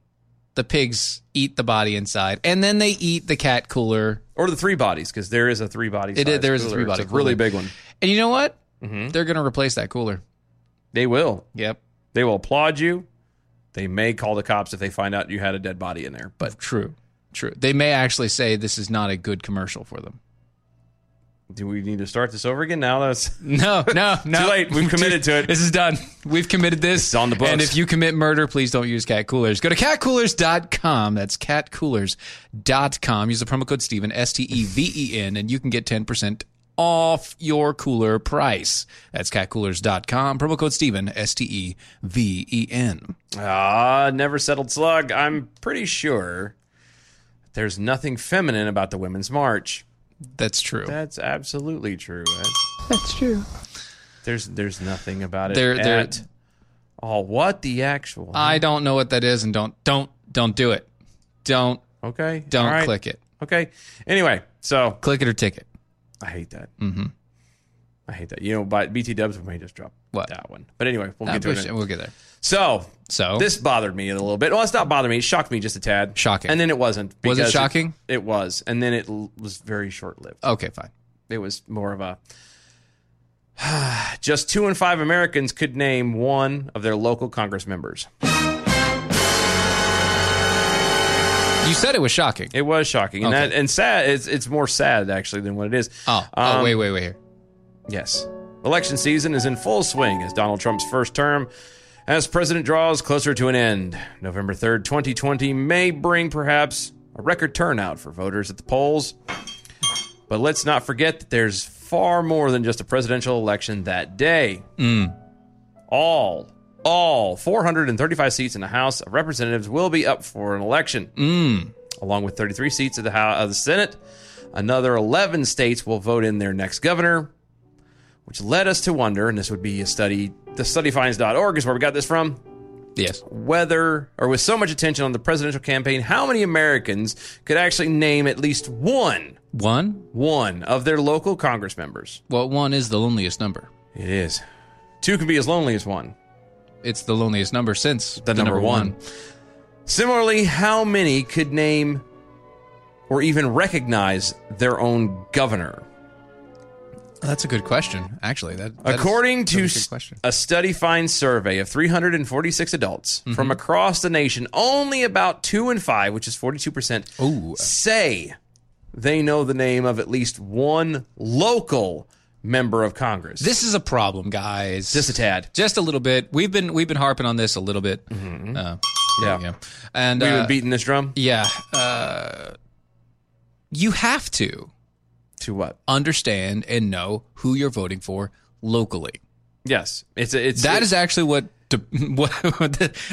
D: The pigs eat the body inside, and then they eat the cat cooler.
E: Or the three bodies, because there is a three body.
D: It is-
E: size
D: there is a
E: cooler.
D: three-body
E: It's a really
D: cooler.
E: big one.
D: And you know what? They're going to replace that cooler.
E: They will.
D: Yep.
E: They will applaud you. They may call the cops if they find out you had a dead body in there. But
D: True, true. They may actually say this is not a good commercial for them.
E: do we need to start this over again now? That's
D: No, no, no.
E: Too late. We've committed to it.
D: This is done. We've committed this. It's on the
E: books.
D: And if you commit murder, please don't use cat coolers. Go to catcoolers.com. That's catcoolers.com. Use the promo code Steven, S T E V E N, and you can get 10% off your cooler price. That's catcoolers.com. Promo code Steven, S T E V E N.
E: Ah, never settled slug. I'm pretty sure there's nothing feminine about the women's march.
D: That's true.
E: That's absolutely true. That's-
J: That's true.
E: There's there's nothing about it.
D: There- there-
E: at all. what the actual?
D: I don't know what that is, and don't, don't, don't do it. Don't.
E: Okay.
D: Don't
E: all right.
D: click it.
E: Okay. Anyway, so
D: Click it or ticket.
E: I hate that.
D: Mm-hmm.
E: I hate that. You know, but BT Dubs may just drop
D: What?
E: that one. But anyway, we'll
D: Uh,
E: get to
D: we
E: it. in a
D: should-
E: minute.
D: We'll get there.
E: So,
D: so
E: this bothered me a little bit. Well, it's not bothered me. It shocked me just a tad.
D: Shocking.
E: And then it wasn't.
D: Was it
E: because
D: shocking?
E: It, was, and then it l- was very short lived.
D: Okay, fine.
E: It was more of a. Just two in five Americans could name one of their local Congress members.
D: You said it was shocking.
E: It was shocking, and
D: Okay.
E: that and sad. It's it's more sad actually than what it is.
D: Oh, oh
E: Um,
D: wait, wait, wait here.
E: Yes. Election season is in full swing as Donald Trump's first term as president draws closer to an end. November 3rd, 2020 may bring perhaps a record turnout for voters at the polls. But let's not forget that there's far more than just a presidential election that day. All, all 435 seats in the House of Representatives will be up for an election, along with 33 seats of the, House, of the Senate. Another 11 states will vote in their next governor which led us to wonder, and this would be a study, the studyfinds.org is where we got this from.
D: Yes.
E: Whether, or with so much attention on the presidential campaign, how many Americans could actually name at least one,
D: One?
E: one of their local Congress members?
D: Well, one is the loneliest number.
E: It is. Two can be as lonely as one.
D: It's the loneliest number since the,
E: number one. Similarly, how many could name or even recognize their own governor?
D: Oh, That's a good question, actually. That, that is
E: According
D: a
E: to
D: really
E: s-
D: good question.
E: a study finds survey of 346 adults
D: Mm-hmm.
E: from across the nation, only about two in five, which is 42%, say they know the name of at least one local member of Congress.
D: This is a problem, guys.
E: Just a tad.
D: Just a little bit. We've been we've been harping on this a little bit. Uh,
E: Mm-hmm. Yeah.
D: there we go. And
E: We've been
D: uh,
E: beating this drum
D: yeah, uh, you have to
E: to what?
D: understand and know who you're voting for locally.
E: Yes, it's it's
D: That is
E: it's-
D: actually what de- what,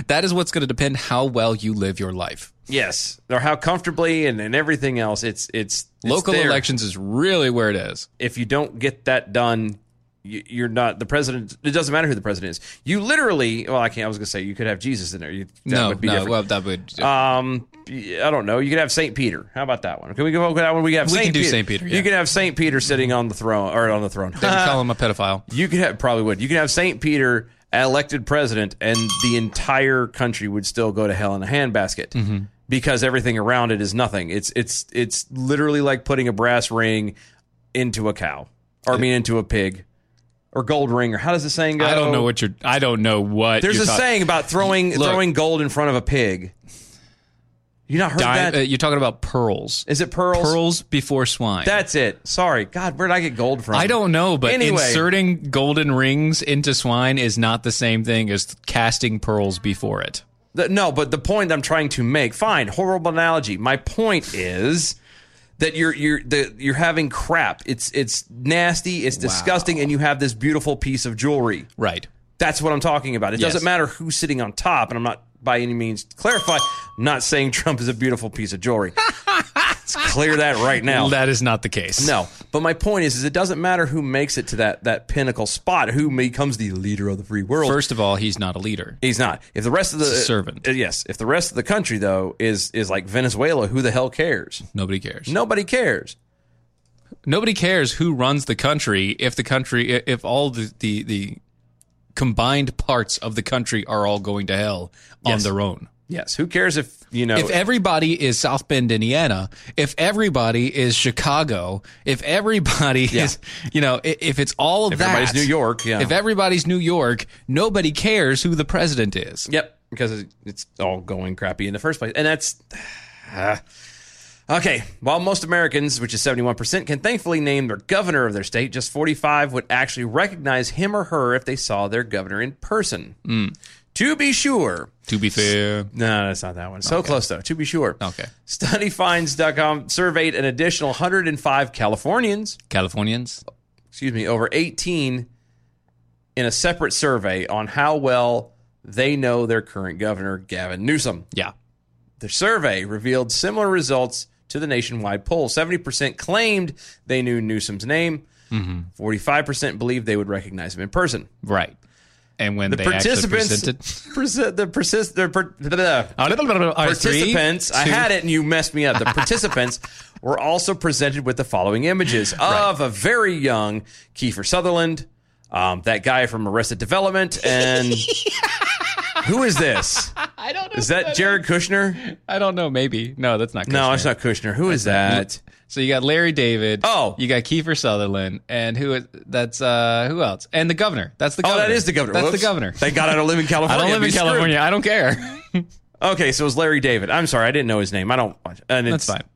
D: that is what's going to depend how well you live your life.
E: Yes, or how comfortably and, and everything else. It's it's, it's
D: Local
E: there.
D: elections is really where it is.
E: If you don't get that done, you, you're not the president. It doesn't matter who the president is. You literally. Well, I can't. I was gonna say you could have Jesus in there. You, that
D: no,
E: would be
D: no,
E: different.
D: well, that would
E: Um, I don't know. You could have Saint Peter. How about that one? Can we go with that one? We have
D: We
E: Saint
D: can do
E: Peter.
D: Saint Peter,
E: You
D: yeah.
E: can have Saint Peter sitting on the throne or on the throne.
D: they would call him a pedophile.
E: You could have probably would. You could have Saint Peter elected president, and the entire country would still go to hell in a handbasket
D: Mhm.
E: because everything around it is nothing. It's it's it's literally like putting a brass ring into a cow, or I mean into a pig, or gold ring, or how does the saying go?
D: I don't know what you're. I don't know what.
E: Oh. There's
D: you're
E: a
D: talk-
E: saying about throwing
D: Look.
E: throwing gold in front of a pig. You not heard
D: Di-
E: that?
D: uh, you're talking about pearls.
E: Is it pearls?
D: Pearls before swine.
E: That's it. Sorry, God, where did I get gold from?
D: I don't know, but
E: Anyway.
D: inserting golden rings into swine is not the same thing as casting pearls before it.
E: The- no, but the point I'm trying to make. Fine, horrible analogy. My point is that you're you're the, you're having crap. It's it's nasty. It's disgusting, and you have this beautiful piece of jewelry.
D: Right.
E: That's what I'm talking about. It
D: Yes.
E: doesn't matter who's sitting on top, and I'm not by any means clarify. I'm not saying Trump is a beautiful piece of jewelry. Let's clear that right now.
D: That is not the case.
E: No, but my point is, is it doesn't matter who makes it to that that pinnacle spot, who becomes the leader of the free world.
D: First of all, he's not a leader.
E: He's not. If the rest of the
D: It's a servant.
E: uh, yes. If the rest of the country though is is like Venezuela, who the hell cares?
D: Nobody cares.
E: Nobody cares.
D: Nobody cares who runs the country if the country i- if all the the, the combined parts of the country are all going to hell
E: Yes.
D: on their own.
E: Yes. Who cares if you know?
D: If everybody is South Bend, Indiana, if everybody is Chicago, if everybody is, you know, i- if it's all of
E: If
D: that,
E: everybody's New York, yeah.
D: If everybody's New York, nobody cares who the president is.
E: yep, because it's all going crappy in the first place, and that's. ah. Okay, while most Americans, which is 71%, can thankfully name their governor of their state, just 45 would actually recognize him or her if they saw their governor in person.
D: Mm.
E: To be sure,
D: To be fair,
E: No, that's not that one. So close, though, to be sure.
D: Okay.
E: Studyfinds.com surveyed an additional 105 Californians,
D: Californians.
E: excuse me, over 18 in a separate survey on how well they know their current governor, Gavin Newsom.
D: Yeah.
E: The survey revealed similar results to the nationwide poll. 70% claimed they knew Newsom's name,
D: Mhm.
E: 45% believed they would recognize him in person.
D: Right. And when
E: The
D: they
E: participants
D: actually presented,
E: Persi- the persist the per- the- the-
D: right, three,
E: participants. I
D: two.
E: had it and you messed me up. The participants were also presented with the following images of a very young Kiefer Sutherland, um, that guy from Arrested Development, and who is this?
D: I don't know.
E: Is that Jared Kushner?
D: I don't know. Maybe no. That's not. Kushner.
E: No, it's not Kushner. Who is that?
D: So you got Larry David.
E: Oh.
D: you got Kiefer Sutherland, and who is that's uh who else? And the governor. That's the
E: Oh,
D: governor.
E: that is the governor.
D: That's
E: Whoops.
D: the governor.
E: Thank God I don't live in California.
D: I don't
E: I'd
D: live in
E: be screwed.
D: California. I don't care.
E: Okay, so it was Larry David. I'm sorry, I didn't know his name. I don't. And it's
D: That's fine.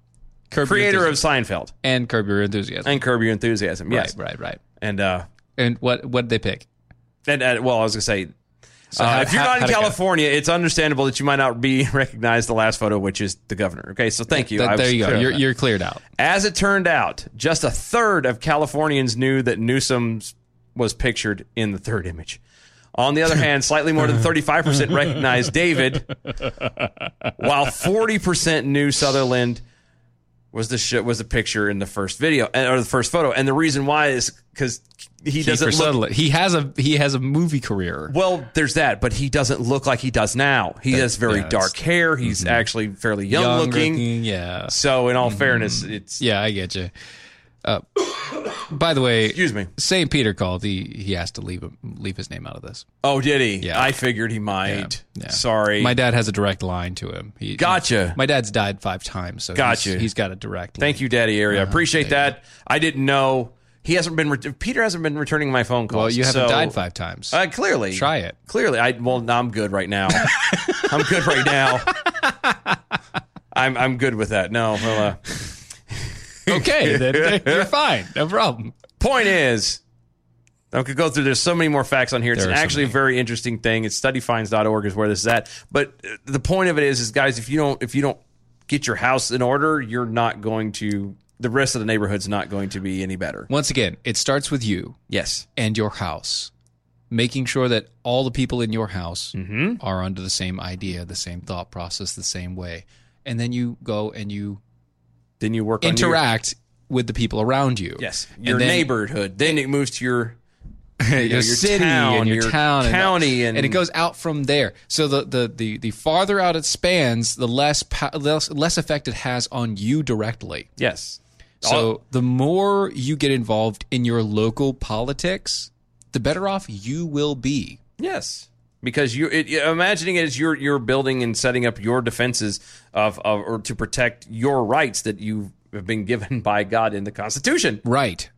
D: Curb Your
E: Creator of
D: Enthusiasm.
E: Seinfeld
D: and Curb Your Enthusiasm.
E: and Curb Your Enthusiasm. Yes,
D: Right, right, right.
E: and uh,
D: And what what did they pick?
E: And, uh, well, I was gonna say,
D: So
E: uh,
D: how-
E: if you're
D: how-
E: not in
D: how'd it go?
E: California, it's understandable that you might not be recognized. The last photo, which is the governor. Okay, so thank you.
D: Th-
E: I was
D: there you
E: clear
D: go.
E: on
D: You're,
E: that.
D: you're cleared out.
E: As it turned out, just a third of Californians knew that Newsom was pictured in the third image. On the other hand, slightly more than 35% recognized David, while 40% knew Sutherland was the sh- was the picture in the first video and- or the first photo. And the reason why is because he doesn't
D: Kiefer
E: look
D: Sutherland. He has a he has a movie career.
E: well, there's that, but he doesn't look like he does now. He has very
D: yeah, mm-hmm.
E: dark hair. He's actually fairly young,
D: Young
E: looking.
D: looking, yeah.
E: So, in all fairness, it's
D: Mm-hmm. Yeah, I get you. Uh, by the way,
E: excuse me.
D: St. Peter called. He he asked to leave him, leave his name out of this.
E: Oh, did he? I figured he might. Sorry,
D: My dad has a direct line to him. He,
E: Gotcha.
D: my dad's died five times, so
E: Gotcha.
D: he's- he's got a direct.
E: Thank you, Daddy Area. I
D: Uh-huh,
E: appreciate
D: there
E: that. I didn't know he hasn't been. Re- Peter hasn't been returning my phone calls.
D: Well, you haven't
E: so-
D: died five times.
E: Uh, clearly,
D: Try it.
E: Clearly, I well, no, I'm good right now. I'm good right now. I'm I'm good with that. No, well, uh,
D: okay, then you're fine. No problem.
E: Point is, I could go through. There's so many more facts on here. It's
D: There are so
E: actually a very interesting thing. It's studyfinds.org is where this is at. But uh, the point of it is, is guys, if you don't if you don't get your house in order, you're not going to. The rest of the neighborhood's not going to be any better.
D: Once again, it starts with you
E: Yes.
D: and your house. making sure that all the people in your house
E: Mm-hmm.
D: are under the same idea, the same thought process, the same way. And then you go and you
E: then you work
C: on your-
D: interact with the people around you.
E: Yes,
D: And
E: your
D: then-
E: neighborhood. Then it moves to your
D: your,
E: you know, your
D: city
E: town,
D: and your,
E: your
D: town
E: county
D: and,
E: and-
D: it goes out from there. So the the the, the farther out it spans, the less, pa- less less effect it has on you directly.
E: Yes.
D: So the more you get involved in your local politics, the better off you will be.
E: Yes, because you it, imagining it as you're you're building and setting up your defenses of, of or to protect your rights that you have been given by God in the Constitution.
D: Right.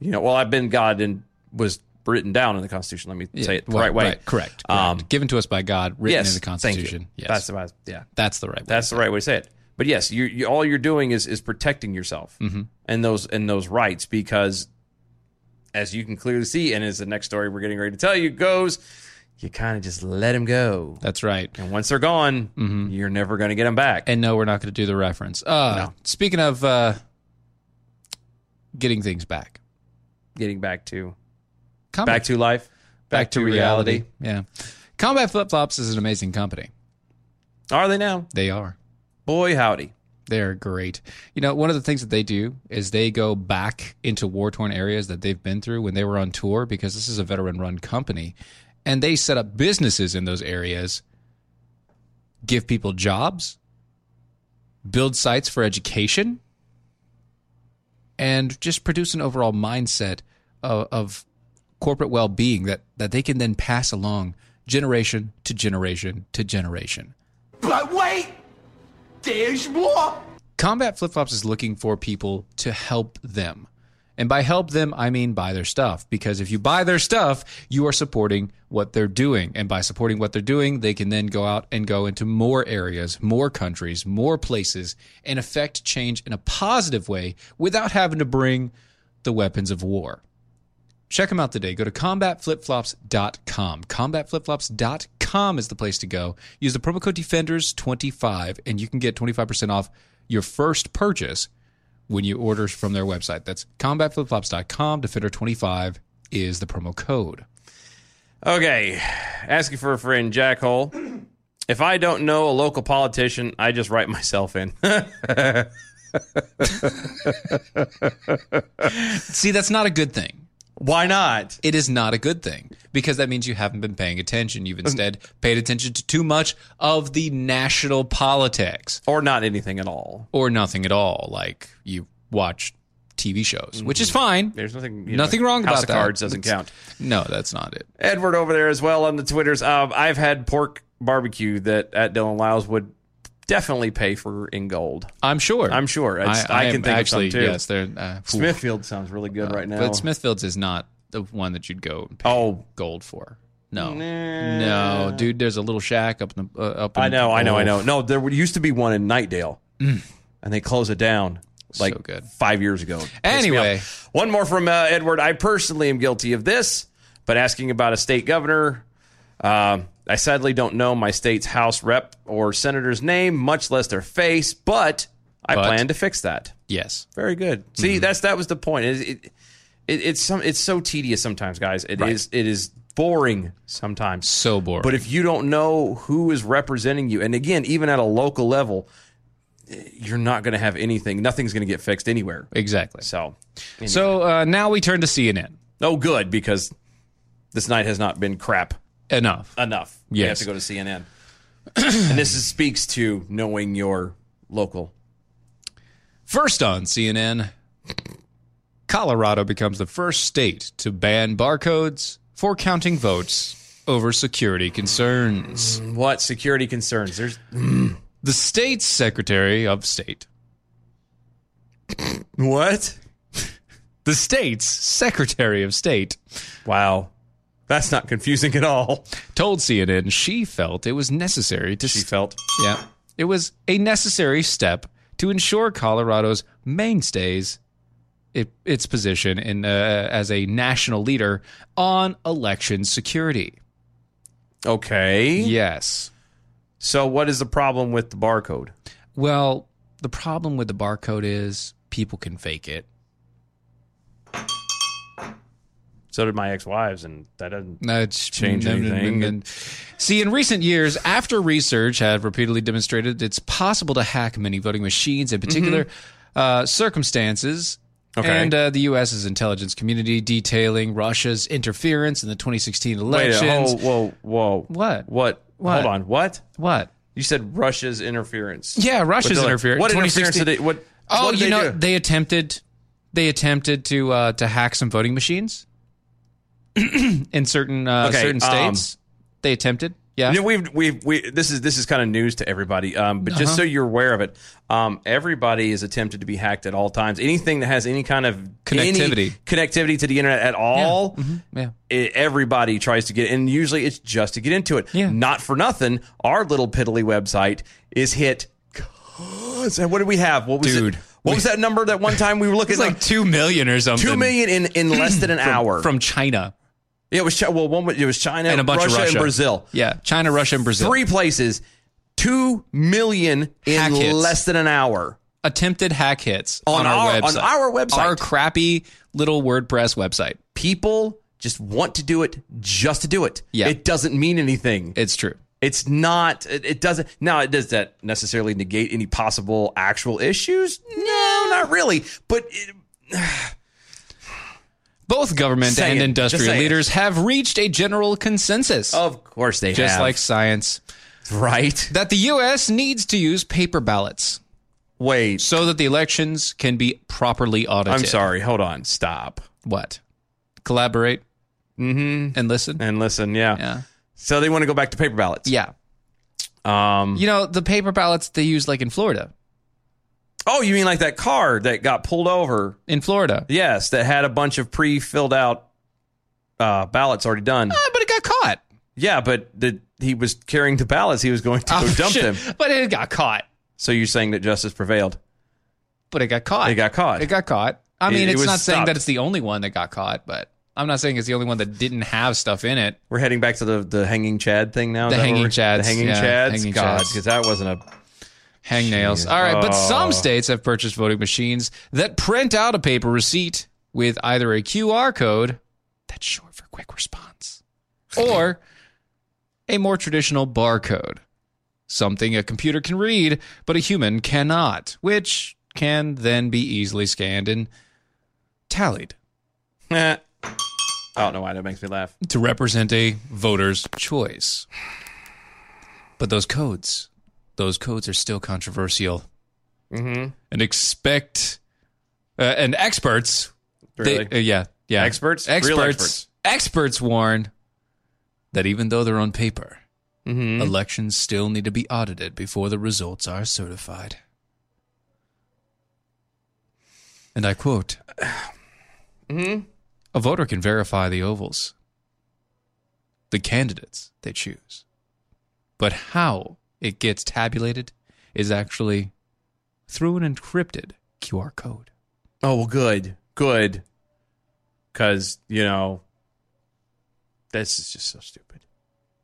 E: You know, well, I've been God and was written down in the Constitution. Let me say it the
D: well,
E: right way. Um,
D: right, correct, correct. Given to us by God, written in the Constitution.
E: Yes,
D: Yes.
E: thank you. that's the yeah.
D: That's the right way.
E: That's the right way to say it. But yes, you, you all you're doing is is protecting yourself
D: Mhm.
E: and those and those rights because, as you can clearly see, and as the next story we're getting ready to tell you goes, you kind of just let them go.
D: That's right.
E: And once they're gone, you're never going to get them back.
D: Mm-hmm. And no, we're not going to do the reference. Uh, Speaking of uh, getting things back,
E: getting back to
D: Combat.
E: back to life, back, to, reality.
D: Yeah. Combat Flip Flops is an amazing company.
E: Are they now?
D: They are.
E: Boy, howdy.
D: They're great. You know, one of the things that they do is they go back into war torn areas that they've been through when they were on tour because this is a veteran run company and they set up businesses in those areas, give people jobs, build sites for education, and just produce an overall mindset of, of corporate well being that, that they can then pass along generation to generation to generation.
K: But wait! There's more!
D: Combat Flip Flops is looking for people to help them. And by help them, I mean buy their stuff. Because if you buy their stuff, you are supporting what they're doing. And by supporting what they're doing, they can then go out and go into more areas, more countries, more places, and affect change in a positive way without having to bring the weapons of war. Check them out today. Go to combatflipflops.com. Combatflipflops.com is the place to go. Use the promo code DEFENDERS25 and you can get 25% off your first purchase when you order from their website. That's combatflipflops.com. Defender25 is the promo code.
E: Okay, asking for a friend, Jack Hole. If I don't know a local politician, I just write myself in.
D: See, that's not a good thing.
E: Why not?
D: It is not a good thing because that means you haven't been paying attention. You've instead paid attention to too much of the national politics
E: or not anything at all,
D: or nothing at all. Like you watch TV shows, which is
E: Mhm.
D: fine.
E: There's nothing, you
D: nothing
E: know,
D: wrong about
E: House of
D: that.
E: Cards doesn't
D: That's-
E: count.
D: No, that's not it.
E: Edward over there as well on the Twitters. Um, I've had pork barbecue that at Dylan Lyles would definitely pay for in gold.
D: I'm sure.
E: I'm sure. It's- I,
D: am
E: can think
D: actually,
E: of some too.
D: Yes, they're uh, phew.
E: Smithfield sounds really good right now.
D: But Smithfields is not the one that you'd go and pay
E: Oh,
D: gold for. No, no, dude. There's a little shack up in the uh, up. In,
E: I know, I know, I
D: oh.
E: know. No, there used to be one in Nightdale,
D: Mm.
E: and they closed it down like five years ago. Pissed me
D: Anyway.
E: off. one more from uh, Edward. I personally am guilty of this, but asking about a state governor, um, I sadly don't know my state's House rep or senator's name, much less their face, but I
D: But- Mm-hmm.
E: plan to fix that.
D: Yes.
E: Very good. See, that's that was the point. It, it, it, it's some it's so tedious sometimes, guys. It is
D: Right.
E: it is boring sometimes.
D: So boring.
E: But if you don't know who is representing you, and again, even at a local level, you're not going to have anything. Nothing's going to get fixed anywhere.
D: Exactly.
E: So,
D: So uh, now we turn to CNN.
E: oh, good because this night has not been crap
D: Enough.
E: enough. We have
D: Yes.
E: to go to CNN, and this is, speaks to knowing your local.
D: First on CNN, Colorado becomes the first state to ban barcodes for counting votes over security concerns.
E: What security concerns? There's
D: the state's Secretary of State.
E: What?
D: The state's Secretary of State.
E: Wow. That's not confusing at all.
D: Told CNN she felt it was necessary to. She
E: felt.
D: Yeah. It was a necessary step to ensure Colorado's mainstays it, its position in uh, as a national leader on election security.
E: Okay.
D: Yes.
E: So, what is the problem with the barcode?
D: Well, the problem with the barcode is people can fake it.
E: So did my ex-wives, and that doesn't
D: No, it's
E: change
D: no, no, no,
E: anything.
D: no, no. See, in recent years, after research had repeatedly demonstrated it's possible to hack many voting machines in particular uh, circumstances.
E: Mm-hmm. Okay.
D: And uh, the U.S.'s intelligence community detailing Russia's interference in the 2016
E: Wait,
D: elections.
E: whoa, whoa, whoa!
D: What?
E: What?
D: What?
E: Hold on. What?
D: What?
E: You said Russia's interference.
D: Yeah,
E: But
D: Russia's
E: they're like,
D: interference.
E: What interference
D: 2016
E: did they? What?
D: Oh,
E: what did
D: you
E: they
D: know,
E: do?
D: they attempted, they attempted to uh, to hack some voting machines in certain uh,
E: Okay,
D: certain
E: um,
D: states. they attempted. Yeah.
E: You know, we've we've we this is this is kind of news to everybody. Um, but just
D: Uh-huh.
E: so you're aware of it, um, everybody is attempted to be hacked at all times. Anything that has any kind of any
D: Connectivity. Mm-hmm.
E: connectivity to the internet at all,
D: yeah.
E: i- e, everybody tries to get, and usually it's just to get into it. Not for nothing, our little piddly website is hit. constant- What do we have? What was
D: Dude,
E: It? What was that number that one time we were looking?
D: It's like two million or something.
E: Two million in, in less than an
D: From-
E: hour
D: from China.
E: Yeah, it was Chi- well, one was- it was China
D: and a bunch
E: Russia,
D: of Russia
E: and Brazil.
D: Yeah, China, Russia, and Brazil.
E: Three places, two million in
D: Hack hits.
E: less than an hour.
D: attempted hack hits
E: On
D: on, our,
E: our- on
D: website.
E: our website.
D: our crappy little WordPress website.
E: People just want to do it just to do it.
D: Yeah.
E: It doesn't mean anything.
D: It's true.
E: It's not. It, it doesn't. Now, it does that necessarily negate any possible actual issues? No, not really. But it,
D: Both government
E: Say
D: and
E: it. Just
D: industrial
E: say it. Oh,
D: leaders have reached a general consensus.
E: of course they
D: just
E: have.
D: like science,
E: right?
D: That the U.S. needs to use paper ballots.
E: Wait.
D: So that the elections can be properly audited.
E: I'm sorry. Hold on. Stop.
D: What? Collaborate
E: Mm-hmm.
D: and listen.
E: And listen. Yeah.
D: Yeah.
E: So they want to go back to paper ballots.
D: Yeah.
E: Um.
D: You know the paper ballots they use like in Florida.
E: Oh, you mean like that car that got pulled over?
D: In Florida.
E: Yes, that had a bunch of pre-filled out uh, ballots already done.
D: Ah, but it got caught.
E: Yeah, but the, he was carrying the ballots. He was going to go
D: Oh,
E: dump
D: shit.
E: them.
D: But it got caught.
E: So you're saying that justice prevailed?
D: But it got caught.
E: It got caught.
D: It got caught. I
E: It-
D: mean,
E: it
D: it's
E: was
D: not saying
E: stopped.
D: that it's the only one that got caught, but I'm not saying it's the only one that didn't have stuff in it.
E: We're heading back to the the hanging Chad thing now. Is
D: The
E: that what
D: hanging
E: we're-
D: chads,
E: The hanging
D: yeah,
E: Chads.
D: hanging
E: God,
D: chads.
E: because that wasn't a.
D: Hang nails. All right, but
E: Oh.
D: some states have purchased voting machines that print out a paper receipt with either a QR code that's short for quick response or a more traditional barcode, something a computer can read but a human cannot, which can then be easily scanned and tallied
E: Eh. I don't know why that makes me laugh.
D: to represent a voter's choice. But those codes, those codes are still controversial.
E: Mm-hmm.
D: and expect uh, and experts
E: Really?
D: they, uh, yeah yeah
E: Experts? Real
D: experts
E: experts.
D: experts warn that even though they're on paper
E: Mhm.
D: elections still need to be audited before the results are certified and i quote
E: Mhm.
D: a voter can verify the ovals the candidates they choose but how it gets tabulated is actually through an encrypted QR code.
E: Oh well, good, good. Because you know, this is just so stupid.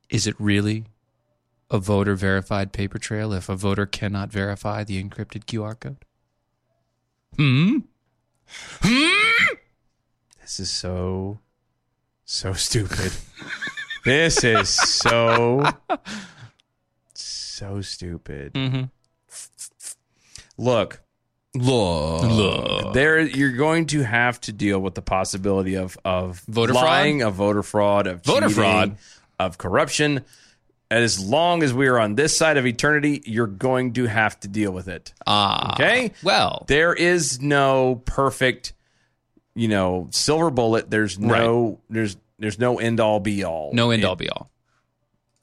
D: Is it really a voter verified paper trail if a voter cannot verify the encrypted QR code? Hmm? Hmm?
E: This is so, so stupid. this is so, so stupid.
D: Mm-hmm.
E: Look, look,
D: Look.
E: There, you're going to have to deal with the possibility of of
D: Voter fraud?
E: lying, of voter fraud, of
D: Voter
E: cheating,
D: fraud.
E: of corruption. As long as we are on this side of eternity, you're going to have to deal with it.
D: Ah.
E: Okay.
D: Well,
E: there is no perfect you know silver bullet there's no there's there's no end all be all
D: no end
E: It-
D: all be all.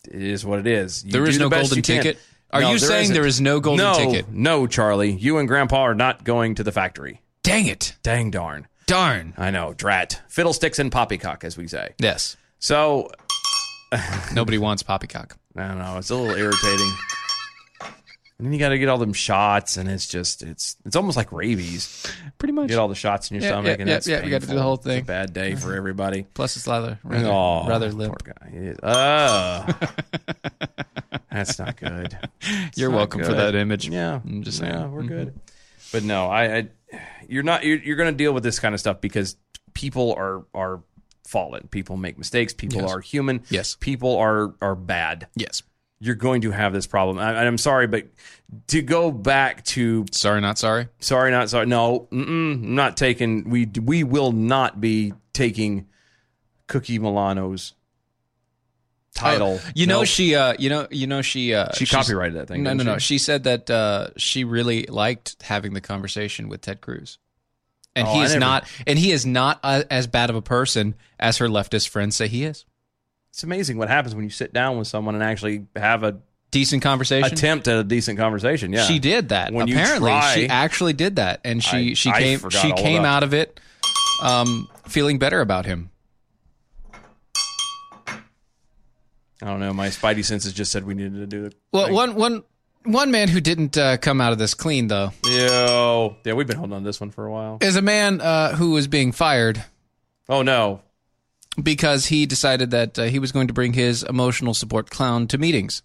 E: it is what it is You
D: There is
E: do the
D: no
E: best
D: golden
E: you can.
D: ticket? Are you saying
E: isn't.
D: there is no golden
E: No,
D: ticket?
E: no charlie you and grandpa are not going to the factory
D: Dang it.
E: dang darn
D: Darn.
E: i know drat fiddlesticks and poppycock as we say
D: Yes.
E: so
D: Nobody wants poppycock.
E: i don't know it's a little irritating and then you got to get all them shots and it's just it's it's almost like rabies
D: Pretty much.
E: get all the shots in your
D: Yeah,
E: stomach
D: yeah,
E: and
D: yeah,
E: that's
D: yeah, we gotta do the
E: painful.
D: whole
E: It's a
D: thing.
E: bad day for everybody
D: Plus, it's rather, rather,
E: Oh,
D: rather
E: poor
D: limp.
E: guy. He is- Ugh. that's not good. It's
D: You're
E: not
D: welcome for
E: good.
D: that image.
E: Yeah,
D: I'm just saying. Mm-hmm. Hmm.
E: yeah, we're good. But no, I, I you're not. You're, you're going to deal with this kind of stuff because people are are fallen. People make mistakes. People
D: Yes.
E: are human.
D: Yes.
E: People are are bad.
D: Yes.
E: You're going to have this problem. I, I'm sorry, but to go back to
D: sorry, not sorry.
E: Sorry, not sorry. No, mm-mm, not taking. We we will not be taking Cookie Milano's title.
D: Oh, You know
E: Nope.
D: she uh you know you know she uh
E: She
D: she's-
E: copyrighted that thing,
D: No, no,
E: didn't
D: no.
E: she?
D: She said that uh she really liked having the conversation with Ted Cruz. And
E: Oh,
D: he
E: I
D: is
E: never-
D: not and he is not uh, as bad of a person as her leftist friends say he is.
E: it's amazing what happens when you sit down with someone and actually have a
D: decent conversation.
E: attempt at a decent conversation. Yeah,
D: She did that.
E: When you
D: Apparently,
E: try-
D: she actually did that and she
E: I-
D: she
E: I
D: came
E: forgot
D: she
E: all
D: came
E: about
D: out of it um feeling better about him.
E: I don't know. My spidey senses just said we needed to do it.
D: Well, one one one man who didn't uh, come out of this clean though
E: Yo, yeah, we've been holding on to this one for a while.
D: is a man uh, who was being fired
E: Oh no,
D: because he decided that uh, he was going to bring his emotional support clown to meetings.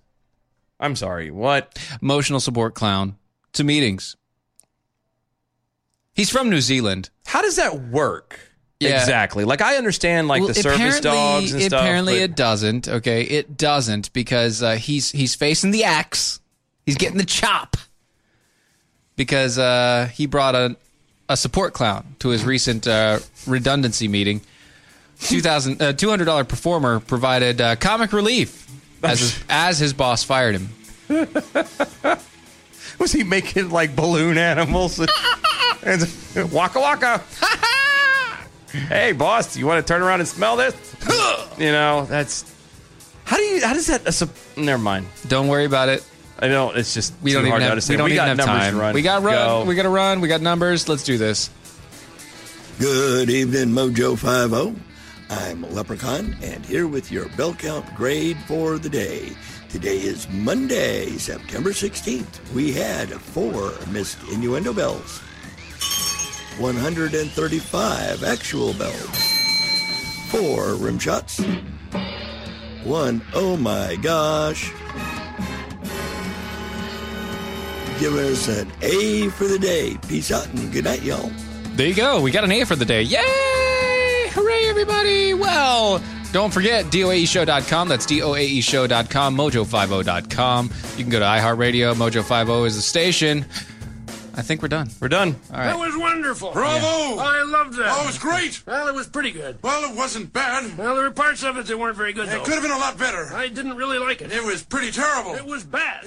E: I'm sorry. What?
D: Emotional support clown to meetings. He's from New Zealand.
E: How does that work?
D: Yeah.
E: Exactly. Like I understand, like
D: Well,
E: the service
D: apparently-
E: dogs and stuff.
D: Apparently,
E: but-
D: it doesn't. Okay, it doesn't because uh, he's he's facing the axe. He's getting the chop because uh, he brought a a support clown to his recent uh, redundancy meeting. Two thousand uh, two hundred dollar performer provided uh, comic relief as his, as his boss fired him.
E: Was he making like balloon animals and, and waka waka? hey, boss, you want to turn around and smell this? you know, that's how do you how does that? That's a, never mind.
D: Don't worry about it.
E: I know it's just
D: We
E: too
D: don't even
E: hard to
D: have, we
E: understand.
D: don't
E: we
D: even
E: got
D: have
E: numbers
D: time.
E: To run.
D: We got run.
E: Go.
D: We got to run. We got numbers. Let's do this.
J: Good evening, Mojo 50. I'm Leprechaun, and here with your bell count grade for the day. Today is Monday, September 16th. We had four missed innuendo bells, 135 actual bells, four rim shots, one oh my gosh. Give us an A for the day. Peace out and good night, y'all.
D: There you go. We got an A for the day. Yay! Hooray, everybody! Well, don't forget doaeshow.com. That's doaeshow.com, mojo50.com. You can go to iHeartRadio. Mojo50 is the station. I think we're done.
E: We're done.
D: All right.
L: That was wonderful.
D: Bravo.
L: Yeah. I loved that.
M: Oh, it was great.
L: Well, it was pretty good.
M: Well, it wasn't bad.
L: Well, there were parts of it that weren't very good,
M: It
L: though.
M: could have been a lot better.
L: I didn't really like it.
M: It was pretty terrible.
L: It was bad.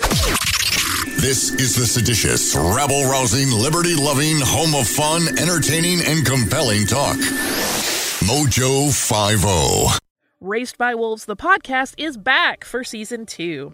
N: This is the seditious, rabble rousing, liberty loving, home of fun, entertaining, and compelling talk. Mojo oh. 50.
O: Raised by Wolves, the podcast, is back for season two.